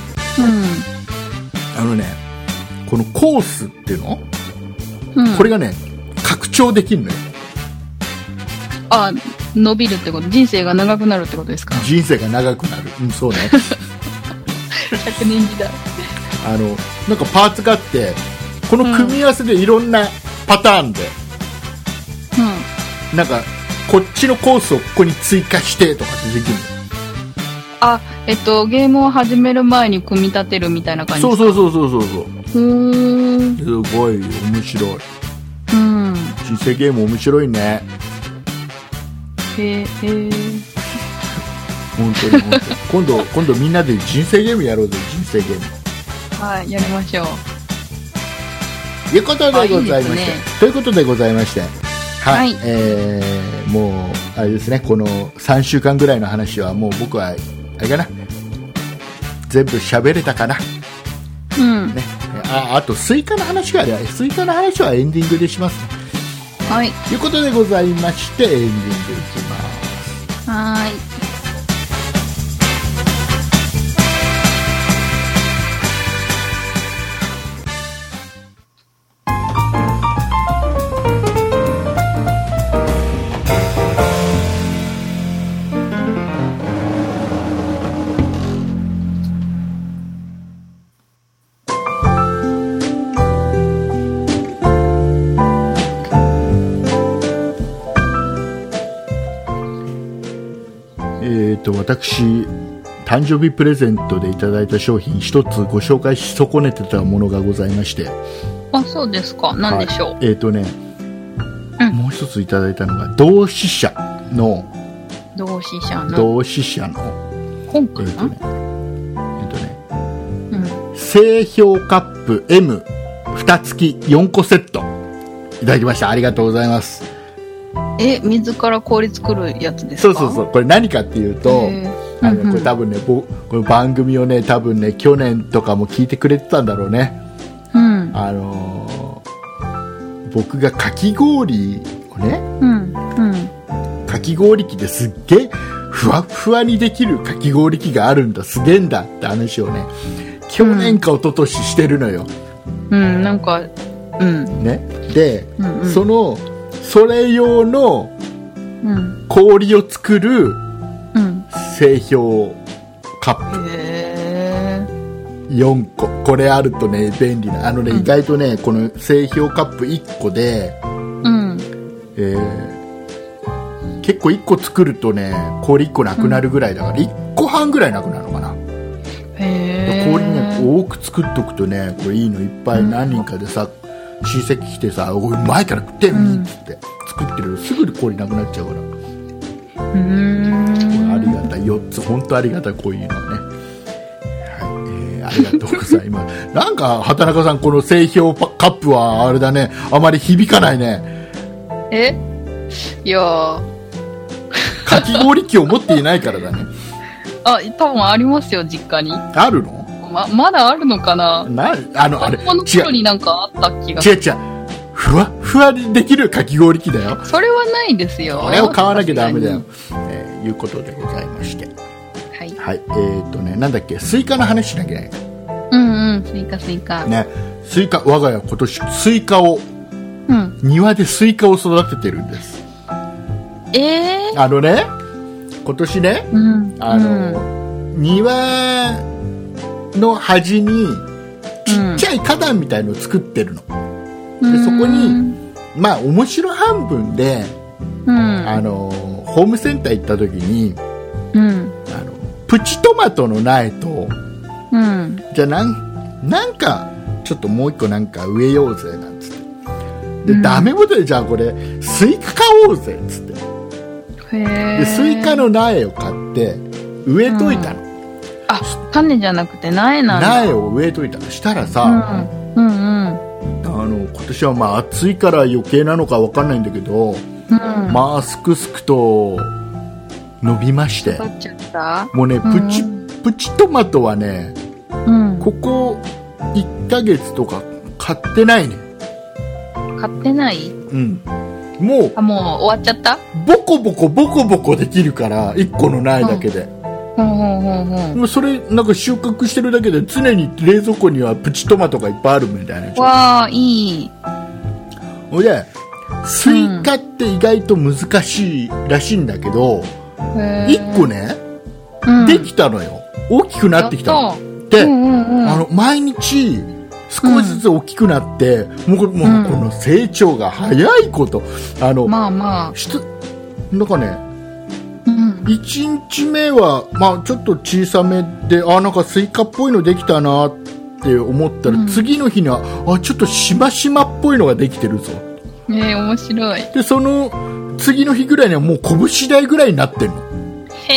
Speaker 2: あのねこのコースっていうの
Speaker 1: うん。うん、
Speaker 2: これがね拡張できるのよ
Speaker 1: あ、伸びるってこと人生が長くなるってことですか
Speaker 2: 人生が長くなる、うん、
Speaker 1: *laughs*
Speaker 2: そうね
Speaker 1: ?100 年時代。
Speaker 2: あのなんかパーツがあってこの組み合わせでいろんなパターンで、
Speaker 1: うん。
Speaker 2: なんかこっちのコースをここに追加してとかってできるの
Speaker 1: あ、えっと、ゲームを始める前に組み立てるみたいな感じ。
Speaker 2: そうそうそうそうそうそう
Speaker 1: うーん。
Speaker 2: すごい面白い
Speaker 1: うん。
Speaker 2: 人生ゲーム面白いね
Speaker 1: へえ、へえ。
Speaker 2: 本当に本当に今度今度みんなで人生ゲームやろうぜ人生ゲーム
Speaker 1: はい、やりましょう。
Speaker 2: ということでござ
Speaker 1: あい
Speaker 2: いまして
Speaker 1: いですね
Speaker 2: ということでございましてはい、
Speaker 1: はい
Speaker 2: えーもうあれですねこの3週間ぐらいの話はもう僕はあれかな全部喋れたかな、ね、
Speaker 1: うん。
Speaker 2: ああとスイカの話があればスイカの話はエンディングでしますね
Speaker 1: はい。
Speaker 2: ということでございましてエンディングいきます
Speaker 1: はーい。
Speaker 2: えー、と私誕生日プレゼントでいただいた商品一つご紹介し損ねてたものがございまして
Speaker 1: あ、そうですか。なんでしょう。
Speaker 2: はいえー、とね、
Speaker 1: うん
Speaker 2: もう一ついただいたのが同志社の
Speaker 1: 同志社の
Speaker 2: 同志社の
Speaker 1: 本
Speaker 2: え
Speaker 1: か
Speaker 2: ー、と
Speaker 1: な
Speaker 2: ねえー、とね
Speaker 1: うん。
Speaker 2: 製氷カップ M 蓋付き4個セットいただきましたありがとうございます
Speaker 1: え、水から氷作るやつです
Speaker 2: そ
Speaker 1: か。
Speaker 2: うそうそううこれ何かっていうと、
Speaker 1: へー
Speaker 2: あ
Speaker 1: うん
Speaker 2: のこ
Speaker 1: う
Speaker 2: れ
Speaker 1: ん
Speaker 2: 多分ね、ぼこの番組をね、多分ね、去年とかも聞いてくれてたんだろうね。
Speaker 1: うん。
Speaker 2: あのー僕がかき氷をね、
Speaker 1: うん。うん。
Speaker 2: かき氷機ですっげえふわっふわにできるかき氷機があるんだ、すげえんだって話をね、去年か一昨年してるのよ。
Speaker 1: うん、なんか、うん。
Speaker 2: ね。で、
Speaker 1: うんうん
Speaker 2: その、それ用の
Speaker 1: うん。
Speaker 2: 氷を作る
Speaker 1: うん。
Speaker 2: 製氷カップ
Speaker 1: へ
Speaker 2: 4個これあるとね便利なあのね、
Speaker 1: うん
Speaker 2: 意外とねこの製氷カップ1個で、
Speaker 1: ー。うん。
Speaker 2: えー結構1個作るとね氷1個なくなるぐらいだから、1個半ぐらいなくなるのかな、
Speaker 1: へー。
Speaker 2: 氷ね多く作っとくとねこれいいのいっぱい何人かでさ、親戚来てさ「おい前から食ってみ」
Speaker 1: うん
Speaker 2: っつって作ってるとすぐに氷なくなっちゃうからこ
Speaker 1: うーん。
Speaker 2: れありがたい4つ本当ありがたいこういうのはねはい、えーありがとうございます
Speaker 1: *laughs*
Speaker 2: なんか畑中さんこの製氷パカップはあれだねあまり響かないね
Speaker 1: えいやー。
Speaker 2: かき氷機を持っていないからだね
Speaker 1: あ、多分ありますよ、実家に。
Speaker 2: あるの
Speaker 1: ま、まだあるのかな
Speaker 2: なあのあれ違
Speaker 1: この頃
Speaker 2: う
Speaker 1: になんかあった気がす
Speaker 2: 違
Speaker 1: る。
Speaker 2: う違うふわっふわにできるかき氷機だよ
Speaker 1: それはないですよ。
Speaker 2: これを買わなきゃダメだよ。えーいうことでございまして。
Speaker 1: はい。
Speaker 2: はい。えっ、ー、とね、なんだっけ、スイカの話しなきゃいけ
Speaker 1: うんうん、スイカスイカ。
Speaker 2: ない。ね。スイカ、我が家今年、スイカを、
Speaker 1: うん。
Speaker 2: 庭でスイカを育ててるんです。
Speaker 1: えー、
Speaker 2: あのね、今年ね、
Speaker 1: うん。
Speaker 2: あの、庭の端に、ちっちゃい花壇みたいのを作ってるの。
Speaker 1: うん、
Speaker 2: でそこに
Speaker 1: うん
Speaker 2: まあ、面白半分で、
Speaker 1: うん。
Speaker 2: あの、ホームセンター行った時に、
Speaker 1: うん。
Speaker 2: あの、プチトマトの苗と、
Speaker 1: うん。
Speaker 2: じゃあなんなんかちょっともう一個なんか植えようぜなんつってで、
Speaker 1: うん
Speaker 2: ダメ元でじゃあこれスイカ買おうぜっつって
Speaker 1: へ
Speaker 2: で
Speaker 1: ー。
Speaker 2: スイカの苗を買って植えといたの、
Speaker 1: あ、種じゃなくて苗なんだ。
Speaker 2: 苗を植えといたのしたらさ、
Speaker 1: うん。うんうん。
Speaker 2: あの今年はまあ暑いから余計なのかわかんないんだけど、
Speaker 1: うん。
Speaker 2: まあすくすくと伸びまして
Speaker 1: 取っちゃった
Speaker 2: もうねプチ、
Speaker 1: うん
Speaker 2: プチトマトはね
Speaker 1: うん。
Speaker 2: ここ1ヶ月とか買ってないね
Speaker 1: 買ってない
Speaker 2: うんもう
Speaker 1: あ、もう終わっちゃった
Speaker 2: ボコボコボコボコできるから1個の苗だけで、
Speaker 1: ほうほうほうほ
Speaker 2: もうそれなんか収穫してるだけで常に冷蔵庫にはプチトマトがいっぱいあるみたいな
Speaker 1: う。わあ、いい。
Speaker 2: ほいでスイカって意外と難しいらしいんだけど、一1個
Speaker 1: ね、
Speaker 2: ね
Speaker 1: うん
Speaker 2: できたのよ、大きくなってきた
Speaker 1: や
Speaker 2: の
Speaker 1: っ
Speaker 2: で、
Speaker 1: うんうんうん。
Speaker 2: あの毎日少しずつ大きくなって、もうこれ
Speaker 1: う
Speaker 2: も
Speaker 1: ん
Speaker 2: うこの成長が早いことあの、
Speaker 1: まあまあ。
Speaker 2: しつなんかね
Speaker 1: うん。
Speaker 2: 1日目は、まあ、ちょっと小さめであなんかスイカっぽいのできたなって思ったら、
Speaker 1: うん
Speaker 2: 次の日にはあちょっとしましまっぽいのができてるぞ
Speaker 1: ねえ、面白い。
Speaker 2: でその次の日ぐらいにはもう拳台ぐらいになってるの
Speaker 1: へ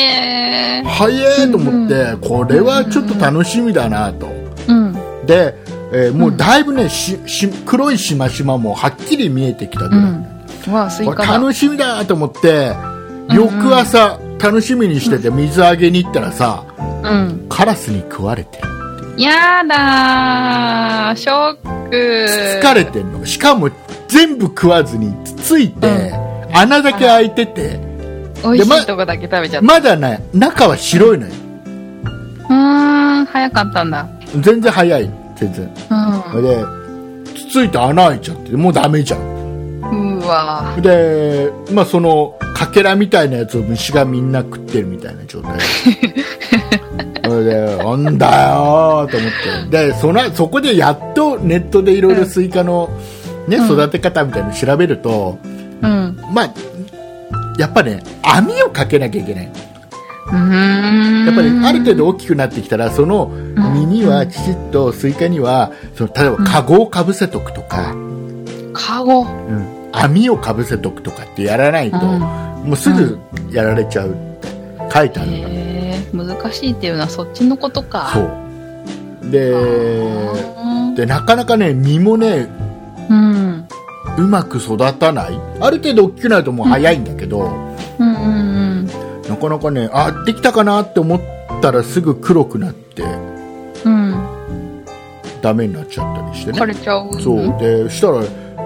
Speaker 1: え。
Speaker 2: 早いと思って、
Speaker 1: う
Speaker 2: これはちょっと楽しみだなと
Speaker 1: うん。
Speaker 2: で、えーもうだいぶね、しし黒いしましまもはっきり見えてきたぐ
Speaker 1: う
Speaker 2: らい、
Speaker 1: ん。わあ、スイ
Speaker 2: こ
Speaker 1: カ
Speaker 2: れ
Speaker 1: だ。
Speaker 2: 楽しみだと思って
Speaker 1: うん
Speaker 2: 翌朝楽しみにしてて水あげに行ったらさ
Speaker 1: うん。
Speaker 2: カラスに食われて
Speaker 1: やだー、ショック。
Speaker 2: 疲れてんのしかも全部食わずにつついて、穴だけ開いてて
Speaker 1: 美味しいとこだけ食べちゃった。
Speaker 2: まだね中は白いのよ
Speaker 1: うーん、早かったんだ。
Speaker 2: 全然早い全然
Speaker 1: うん。
Speaker 2: でつついて穴開いちゃってもうダメじゃん
Speaker 1: うーわ
Speaker 2: で、まあ、そのかけらみたいなやつを虫がみんな食ってるみたいな
Speaker 1: *laughs*
Speaker 2: 状態それでなんだよーと思ってでそのそこでやっとネットでいろいろスイカの、ね
Speaker 1: うん
Speaker 2: 育て方みたいなの調べると、
Speaker 1: ー。うん。
Speaker 2: まあやっぱね網をかけなきゃいけない
Speaker 1: や
Speaker 2: やっぱりある程
Speaker 1: 度、
Speaker 2: 度大きくなってきたらその実にはきちっとスイカにはその例えばカゴをかぶせとくとか、
Speaker 1: カゴ。
Speaker 2: うん網をかぶせとくとかってやらないと、
Speaker 1: うん
Speaker 2: もうすぐやられちゃうって書いてあるの、
Speaker 1: へえ、難しいっていうのはそっちのことか。
Speaker 2: そうででなかなかね実もね
Speaker 1: うん。
Speaker 2: うまく育たないある程度大きくなるともう早いんだけど、
Speaker 1: うんうん
Speaker 2: なかなかねあできたかなって思ったらすぐ黒くなって
Speaker 1: うん。うん。
Speaker 2: ダメになっちゃったりして
Speaker 1: 枯
Speaker 2: ね
Speaker 1: れちゃう。
Speaker 2: そう。でしたら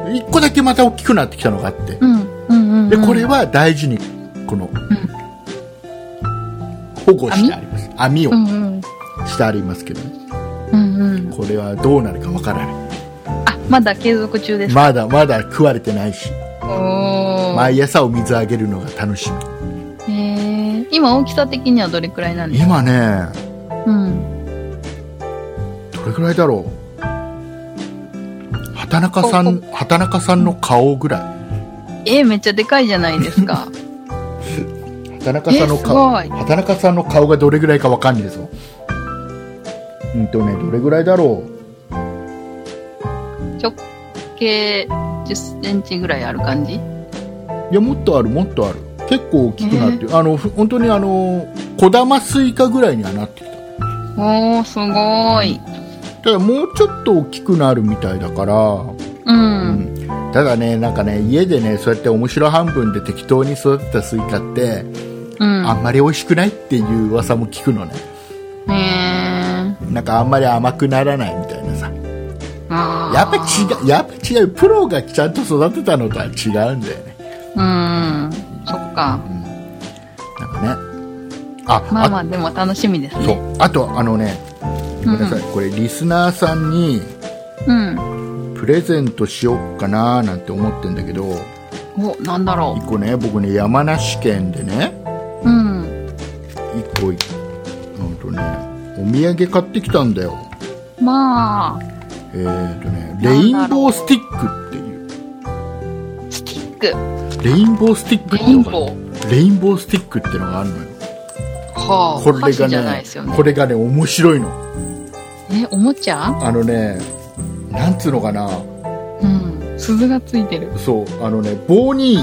Speaker 2: 1個だけまた大きくなってきたのがあって、
Speaker 1: うん。うんうん、うん。
Speaker 2: でこれは大事にこの、保護してあります網を
Speaker 1: うんうん。
Speaker 2: してありますけど、ね
Speaker 1: うんうん。
Speaker 2: これはどうなるかわからない
Speaker 1: あ、まだ継続中ですか。
Speaker 2: まだまだ食われてないし
Speaker 1: おー
Speaker 2: 毎朝お水あげるのが楽し
Speaker 1: へえ。今大きさ的にはどれくらいなんで
Speaker 2: み
Speaker 1: すか
Speaker 2: 今ね
Speaker 1: うん。
Speaker 2: どれくらいだろう畑中さん畑中さんの顔ぐら
Speaker 1: えー、めっちゃでかいじゃないですか。 *laughs*
Speaker 2: い畑中さんの顔
Speaker 1: えす
Speaker 2: 畑中さんの顔がどれぐらいかわかんないですようんとねどれぐらいだろう
Speaker 1: 直径10センチぐらいある感じ
Speaker 2: いやもっとあるもっとある結構大きくなってる、あのふ本当にあの小玉スイカぐらいにはなってきた
Speaker 1: おー、すごい。
Speaker 2: ただもうちょっと大きくなるみたいだから
Speaker 1: うん。
Speaker 2: ただねなんかね家でねそうやって面白半分で適当に育てたスイカって、
Speaker 1: うん。
Speaker 2: あんまり美味しくないっていう噂も聞くのね
Speaker 1: へえ。
Speaker 2: なんかあんまり甘くならないみたいなさ
Speaker 1: あー
Speaker 2: やっぱ違うやっぱ違うプロがちゃんと育てたのとは違うんだよね
Speaker 1: うん。そっか。
Speaker 2: なんかねあ、
Speaker 1: まあま
Speaker 2: あ
Speaker 1: あ、でも楽しみです
Speaker 2: そ
Speaker 1: ね。
Speaker 2: うあとあのねごめんなさい、これリスナーさんに
Speaker 1: うん。
Speaker 2: プレゼントしよっかなーなんて思ってんだけど
Speaker 1: お、なんだろ
Speaker 2: 一個ね僕ね山梨県でね
Speaker 1: う。うん。
Speaker 2: 一個うんとねお土産買ってきたんだよ
Speaker 1: まあ、
Speaker 2: えっ、とねレインボースティックっていう
Speaker 1: スティック。
Speaker 2: レインボースティックっ
Speaker 1: レ
Speaker 2: て
Speaker 1: イン
Speaker 2: のが
Speaker 1: ボー。
Speaker 2: レインボースティックってのがあるのよ
Speaker 1: はあ、
Speaker 2: これ
Speaker 1: お菓
Speaker 2: が
Speaker 1: 子じゃない
Speaker 2: ね
Speaker 1: ですよね。
Speaker 2: これがね面白いの
Speaker 1: え、おもちゃ
Speaker 2: あのねなんつうのかな
Speaker 1: うん。鈴がついてる。
Speaker 2: そうあのね棒に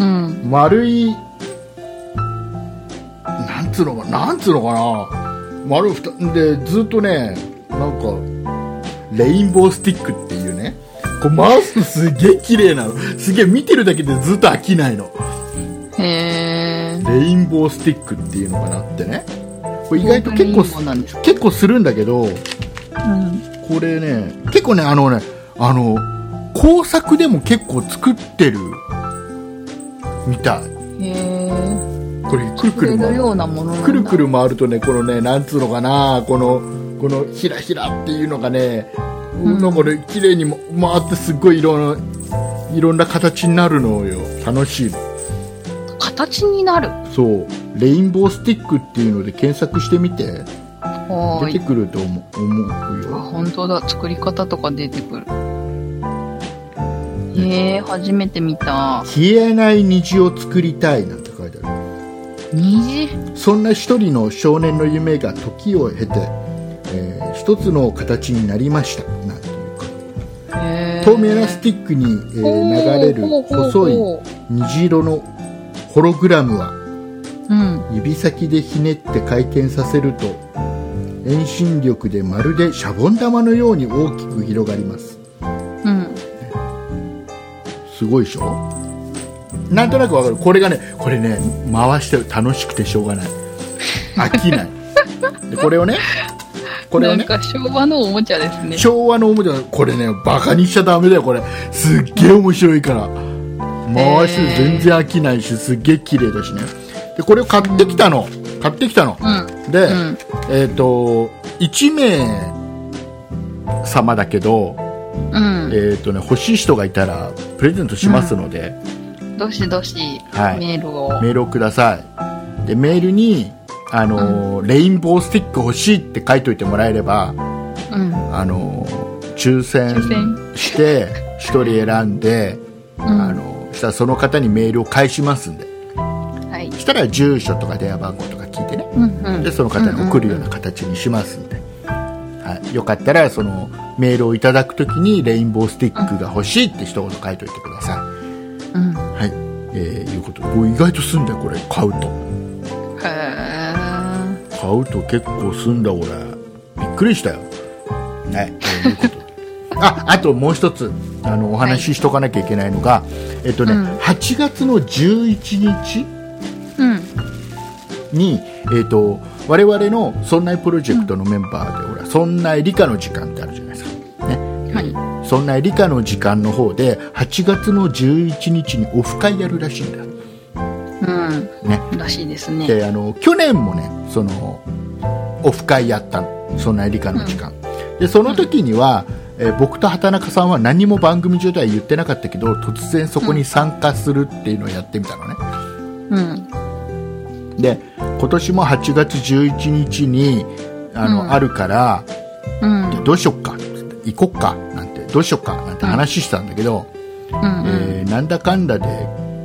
Speaker 1: うん。
Speaker 2: 丸いなんつうのかなんつうのかな丸ふたでずっとねなんかレインボースティックっていうねこう回すとすげえ綺麗なのすげえ見てるだけでずっと飽きないの
Speaker 1: へえ。
Speaker 2: レインボースティックっていうのかなってねこれ意外と結構
Speaker 1: レインボーなんですか
Speaker 2: 結構するんだけど
Speaker 1: うん。
Speaker 2: これね結構ねあのねあの工作でも結構作ってるみたい
Speaker 1: へえ。
Speaker 2: これくる
Speaker 1: こ
Speaker 2: く
Speaker 1: れ
Speaker 2: る
Speaker 1: の
Speaker 2: 回る
Speaker 1: ようなものなんだ。
Speaker 2: くるくる回るとねこのねなんつうのかなこのこのひらひらっていうのがね、
Speaker 1: うん
Speaker 2: なんかね綺麗にも回ってすっごいいろんないろんな形になるのよ楽しいの
Speaker 1: 形になる。
Speaker 2: そうレインボースティックっていうので検索してみて
Speaker 1: はー
Speaker 2: 出て
Speaker 1: い。
Speaker 2: くると思う思う
Speaker 1: あ、
Speaker 2: よ
Speaker 1: 本当だ。作り方とか出てくる。へえ、初めて見た。
Speaker 2: 消えない虹を作りたいなんて書いてある
Speaker 1: 虹
Speaker 2: そんな一人の少年の夢が時を経て、えー一つの形になりましたなんていうか透明なスティックに、えー流れる細い虹色のホログラムは
Speaker 1: うん
Speaker 2: 指先でひねって回転させると遠心力でまるでシャボン玉のように大きく広がります
Speaker 1: うん
Speaker 2: すごいでしょなんとなくわかるこれがねこれね回して楽しくてしょうがない飽きないでこれをねこれを
Speaker 1: な
Speaker 2: ね
Speaker 1: んか昭和のおもちゃですね。
Speaker 2: 昭和のおもちゃこれねバカにしちゃダメだよこれすっげえ面白いから回して全然飽きないしすっげえ綺麗だしねでこれを買ってきたの買ってきたの
Speaker 1: うん。
Speaker 2: で、
Speaker 1: うん。
Speaker 2: えっ、と1名様だけど、
Speaker 1: うん。
Speaker 2: えっとね、欲しい人がいたらプレゼントしますので、
Speaker 1: どしどし、
Speaker 2: はい
Speaker 1: メールを。
Speaker 2: メールをくださいでメールにあのー、レインボースティック欲しいって書いといてもらえれば
Speaker 1: うん。
Speaker 2: あのー抽選
Speaker 1: 抽選
Speaker 2: して1人選んで、
Speaker 1: うん
Speaker 2: あのーしたらその方にメールを返しますんで
Speaker 1: はい。
Speaker 2: したら住所とか電話番号とか聞いてね
Speaker 1: うんうん。
Speaker 2: でその方に送るような形にしますんで、はい、よかったらそのメールをいただくときにレインボースティックが欲しいって一言書いといてください、
Speaker 1: うん。
Speaker 2: はいえー、いうことこれ意外と済んだよこれ買うと
Speaker 1: へー
Speaker 2: 買うと結構済んだ俺びっくりしたよねということでああともう一つあのお話ししとかなきゃいけないのが、えっとね、
Speaker 1: うん
Speaker 2: 8月の11日
Speaker 1: うん。
Speaker 2: に、えー、と我々の「そんないプロジェクト」のメンバーで、ほら「そんない理科の時間」ってあるじゃないですか、ね、
Speaker 1: はい。
Speaker 2: そんない理科の時間の方で8月の11日にオフ会やるらしいんだ、
Speaker 1: う
Speaker 2: ね、
Speaker 1: ん。らしいですね。
Speaker 2: であの去年もねそのオフ会やったのそんない理科の時間、でその時には、えー僕と畑中さんは何も番組上では言ってなかったけど突然そこに参加するっていうのをやってみたのね、
Speaker 1: うん。
Speaker 2: で今年も8月11日にあの、
Speaker 1: うん
Speaker 2: あるから
Speaker 1: うん。
Speaker 2: どうしよっかっつって行こっかなんてどうしよっかなんて話したんだけど、
Speaker 1: うんうん。
Speaker 2: えーなんだかんだで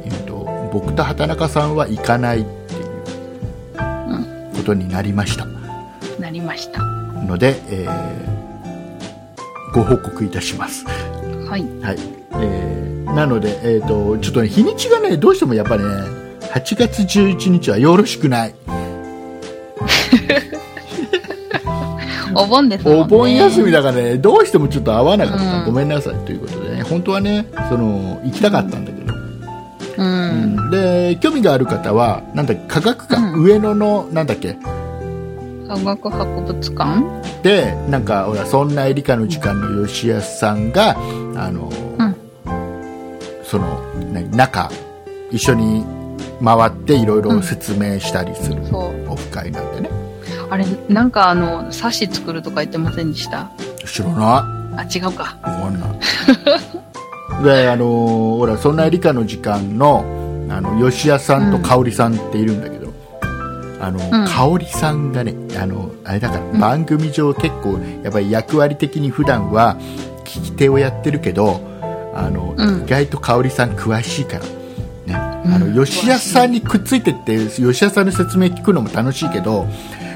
Speaker 2: 言うと僕と畑中さんは行かないっていうことになりました
Speaker 1: なりました。
Speaker 2: ので、えーご報告いたします、
Speaker 1: はい。
Speaker 2: はいえーなので、えー、とちょっとね日にちがねどうしてもやっぱね8月11日はよろしくない
Speaker 1: お盆ですもんね。
Speaker 2: お盆休みだからねどうしてもちょっと合わなかった、
Speaker 1: うん
Speaker 2: ごめんなさいということでね本当はねその行きたかったんだけど、
Speaker 1: うん。
Speaker 2: で興味がある方はなんだっけ科学館、
Speaker 1: うん
Speaker 2: 上野のなんだっけ
Speaker 1: 科学博物館
Speaker 2: でなんかほらそんな理科の時間の吉安さんがあの、
Speaker 1: うん
Speaker 2: その何中一緒に回っていろいろ説明したりする、
Speaker 1: そう。
Speaker 2: オフ会なんでね
Speaker 1: あれ、なんかあの、冊子作るとか言ってませんでした
Speaker 2: 知らない
Speaker 1: あ、違うか。
Speaker 2: わかんない。で、あのーほら、そんな理科の時間の、あの、吉谷さんと香織さんっているんだけど、あの、
Speaker 1: ん
Speaker 2: 香織さんがね、あの、あれだから、番組上結構、やっぱり役割的に普段は、聞き手をやってるけど、あの、
Speaker 1: うん
Speaker 2: 意外と香織さん詳しいから。ね、あ
Speaker 1: うん
Speaker 2: の吉谷さんにくっついてって吉谷さんの説明聞くのも楽しいけど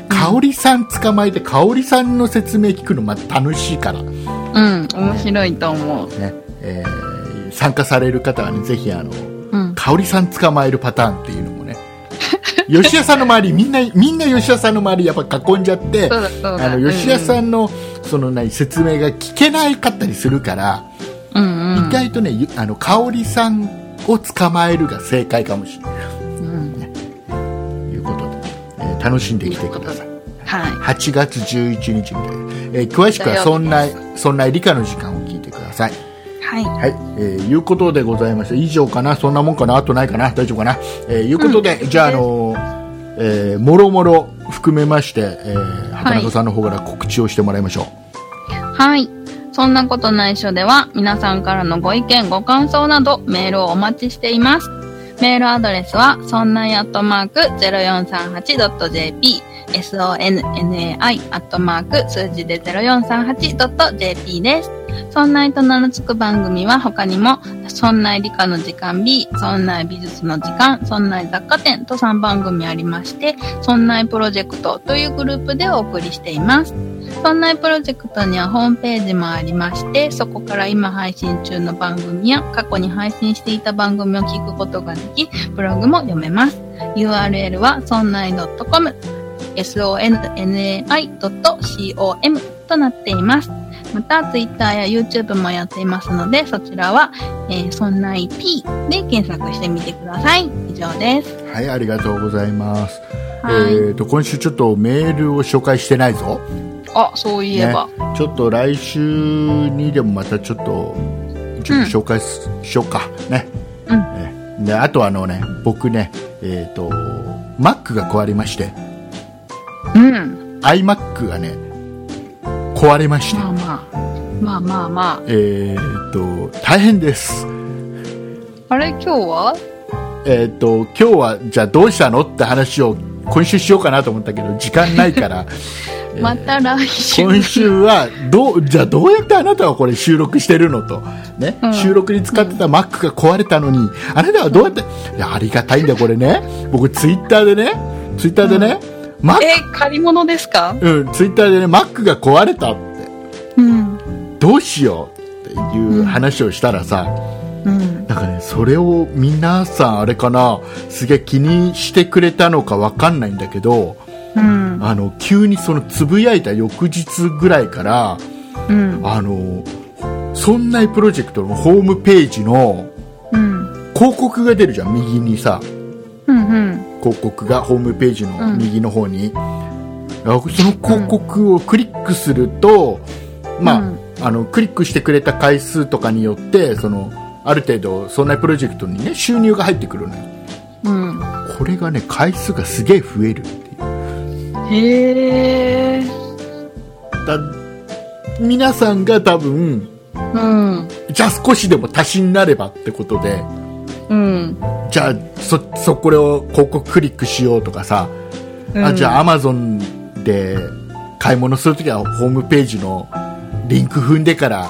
Speaker 2: 香織さん捕まえて香織さんの説明聞くのも楽しいから
Speaker 1: うん。面白いと思う。
Speaker 2: ねえー参加される方はねぜひあの
Speaker 1: うん。
Speaker 2: 香織さん捕まえるパターンっていうのもね *laughs* 吉田さんの周りみんなみんな吉田さんの周りやっぱ囲んじゃって
Speaker 1: そうだそうだ。
Speaker 2: あの吉田さ
Speaker 1: ん、
Speaker 2: んのその何説明が聞けないかったりするから、
Speaker 1: うんうん、
Speaker 2: 意外とねゆあの香織さんを捕まえるが正解かもしれない
Speaker 1: うん、
Speaker 2: ということで、えー楽しんできてください。
Speaker 1: は
Speaker 2: 8月11日みたいな、えー詳しくはそんなそんな理科の時間を聞いてください。
Speaker 1: い。はい。
Speaker 2: はい、えーいうことでございました。以上かなそんなもんかなあとないかな大丈夫かなえーいうことで、
Speaker 1: うん
Speaker 2: じゃあ、あのーえーもろもろ含めまして、えー、畑中さんの方から告知をしてもらいましょう。
Speaker 1: はい。そんなことないっしょでは、皆さんからのご意見、ご感想など、メールをお待ちしています。メールアドレスは、そんないアットマーク 0438.jp、sonnai アットマーク数字で 0438.jp です。そんないと名の付く番組は他にも、そんない理科の時間 B、そんない美術の時間、そんない雑貨店と3番組ありまして、そんないプロジェクトというグループでお送りしています。そんなプロジェクトにはホームページもありまして、そこから今配信中の番組や過去に配信していた番組を聞くことができ、ブログも読めます。URL はそんない .com、sonnai.com となっています。また、Twitter や YouTube もやっていますので、そちらは、えー、そんない P で検索してみてください。以上です。
Speaker 2: はい、ありがとうございます。
Speaker 1: はい。
Speaker 2: えっ、と、今週ちょっとメールを紹介してないぞ。
Speaker 1: あ、そういえば。
Speaker 2: ちょっと来週にでもまたちょっと、ちょっと紹介すしようか。ね。
Speaker 1: うん
Speaker 2: えで、あとあのね、僕ね、えっ、と、Mac が壊れまして、
Speaker 1: うん。
Speaker 2: iMac がね、壊れまして、
Speaker 1: まあまあ。まあまあま
Speaker 2: えっ、と、大変です。
Speaker 1: あ。あれ、今日は
Speaker 2: えっ、と、今日は、じゃあどうしたのって話を今週しようかなと思ったけど、時間な
Speaker 1: *laughs*
Speaker 2: いから、えー
Speaker 1: また来週。
Speaker 2: 今週はどう、じゃあどうやってあなたはこれ収録してるのと、ね
Speaker 1: うん
Speaker 2: 収録に使ってた Mac が壊れたのに、あなたはどうやって、いやありがたいんだよ、これね、僕、ツイッターでね、ツイッターでね、マ
Speaker 1: え、借り物ですか
Speaker 2: うん、ツイッターでね、Mac が壊れたって、
Speaker 1: うん。
Speaker 2: どうしようっていう話をしたらさ、
Speaker 1: うん。
Speaker 2: なんかね、それを皆さん、あれかな、すげえ気にしてくれたのかわかんないんだけど、
Speaker 1: うん。
Speaker 2: あの急にそのつぶやいた翌日ぐらいから、
Speaker 1: うん。
Speaker 2: あの、そんなプロジェクトのホームページの
Speaker 1: うん。
Speaker 2: 広告が出るじゃん、右にさ、
Speaker 1: うん。うん。
Speaker 2: 広告がホームページの右の方に。あその広告をクリックすると、まあ、
Speaker 1: うん
Speaker 2: あの、クリックしてくれた回数とかによって、その、ある程度、そんなプロジェクトにね、収入が入ってくるのよ。
Speaker 1: うん。
Speaker 2: これがね、回数がすげえ増えるっていう。
Speaker 1: へえ。
Speaker 2: だ皆さんが多分、
Speaker 1: うん。
Speaker 2: じゃあ少しでも足しになればってことで、
Speaker 1: うん。
Speaker 2: じゃあそそこれを広告クリックしようとかさ、あじゃあアマゾンで買い物するときはホームページのリンク踏んでから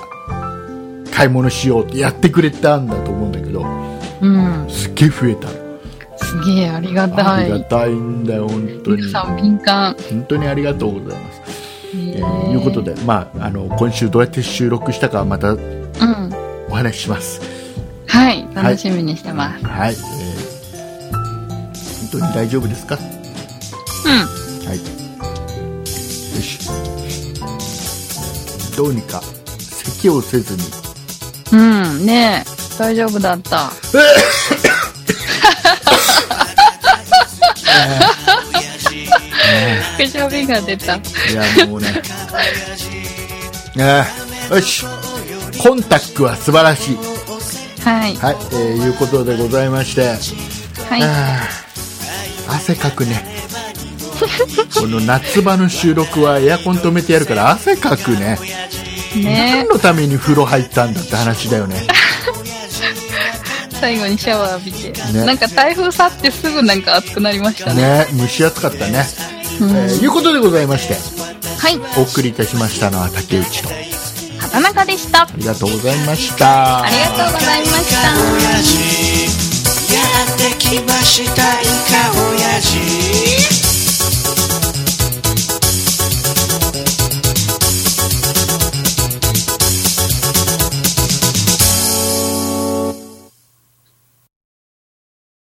Speaker 2: 買い物しようってやってくれたんだと思うんだけど
Speaker 1: うん。
Speaker 2: すっげえ増えた
Speaker 1: すげえ、ありが
Speaker 2: あ
Speaker 1: た
Speaker 2: りが
Speaker 1: い。
Speaker 2: たいんだよ本当に
Speaker 1: 皆さん敏感。
Speaker 2: 本当にありがとうございます、
Speaker 1: へ
Speaker 2: え
Speaker 1: え
Speaker 2: ーいうこと。で、まあ、あの今週どうやって収録したかはまた
Speaker 1: うん。
Speaker 2: お話しします
Speaker 1: はい。楽しみにしてます。
Speaker 2: はい、えー本当に大丈夫ですか
Speaker 1: う
Speaker 2: はい。よし。どうにか、咳をせずに。
Speaker 1: ん。うん。ねえ。大丈夫だった。 *laughs* くしゃみが出た。
Speaker 2: いや、もうね。 *laughs* ねえよし。コンタックは素晴らしい。
Speaker 1: はい。
Speaker 2: はい、えーいうことでございまして。
Speaker 1: はい。
Speaker 2: あー汗か
Speaker 1: *laughs*
Speaker 2: くね。この夏場の収録はエアコン止めてやるから汗かくね。
Speaker 1: ね
Speaker 2: 何のために風呂入ったんだって話だよ
Speaker 1: *laughs*
Speaker 2: ね。
Speaker 1: え。最後にシャワー浴びて。
Speaker 2: ね
Speaker 1: なんか台風去ってすぐなんか暑くなりましたね。
Speaker 2: ね蒸し暑かったね。
Speaker 1: うん
Speaker 2: えーいうことでございまして。
Speaker 1: はい。
Speaker 2: お送りいたしましたのは竹内とあ
Speaker 1: 畑中でした。あ
Speaker 2: りがとうございました
Speaker 1: りがとうございました。
Speaker 4: やってきましたイカオヤ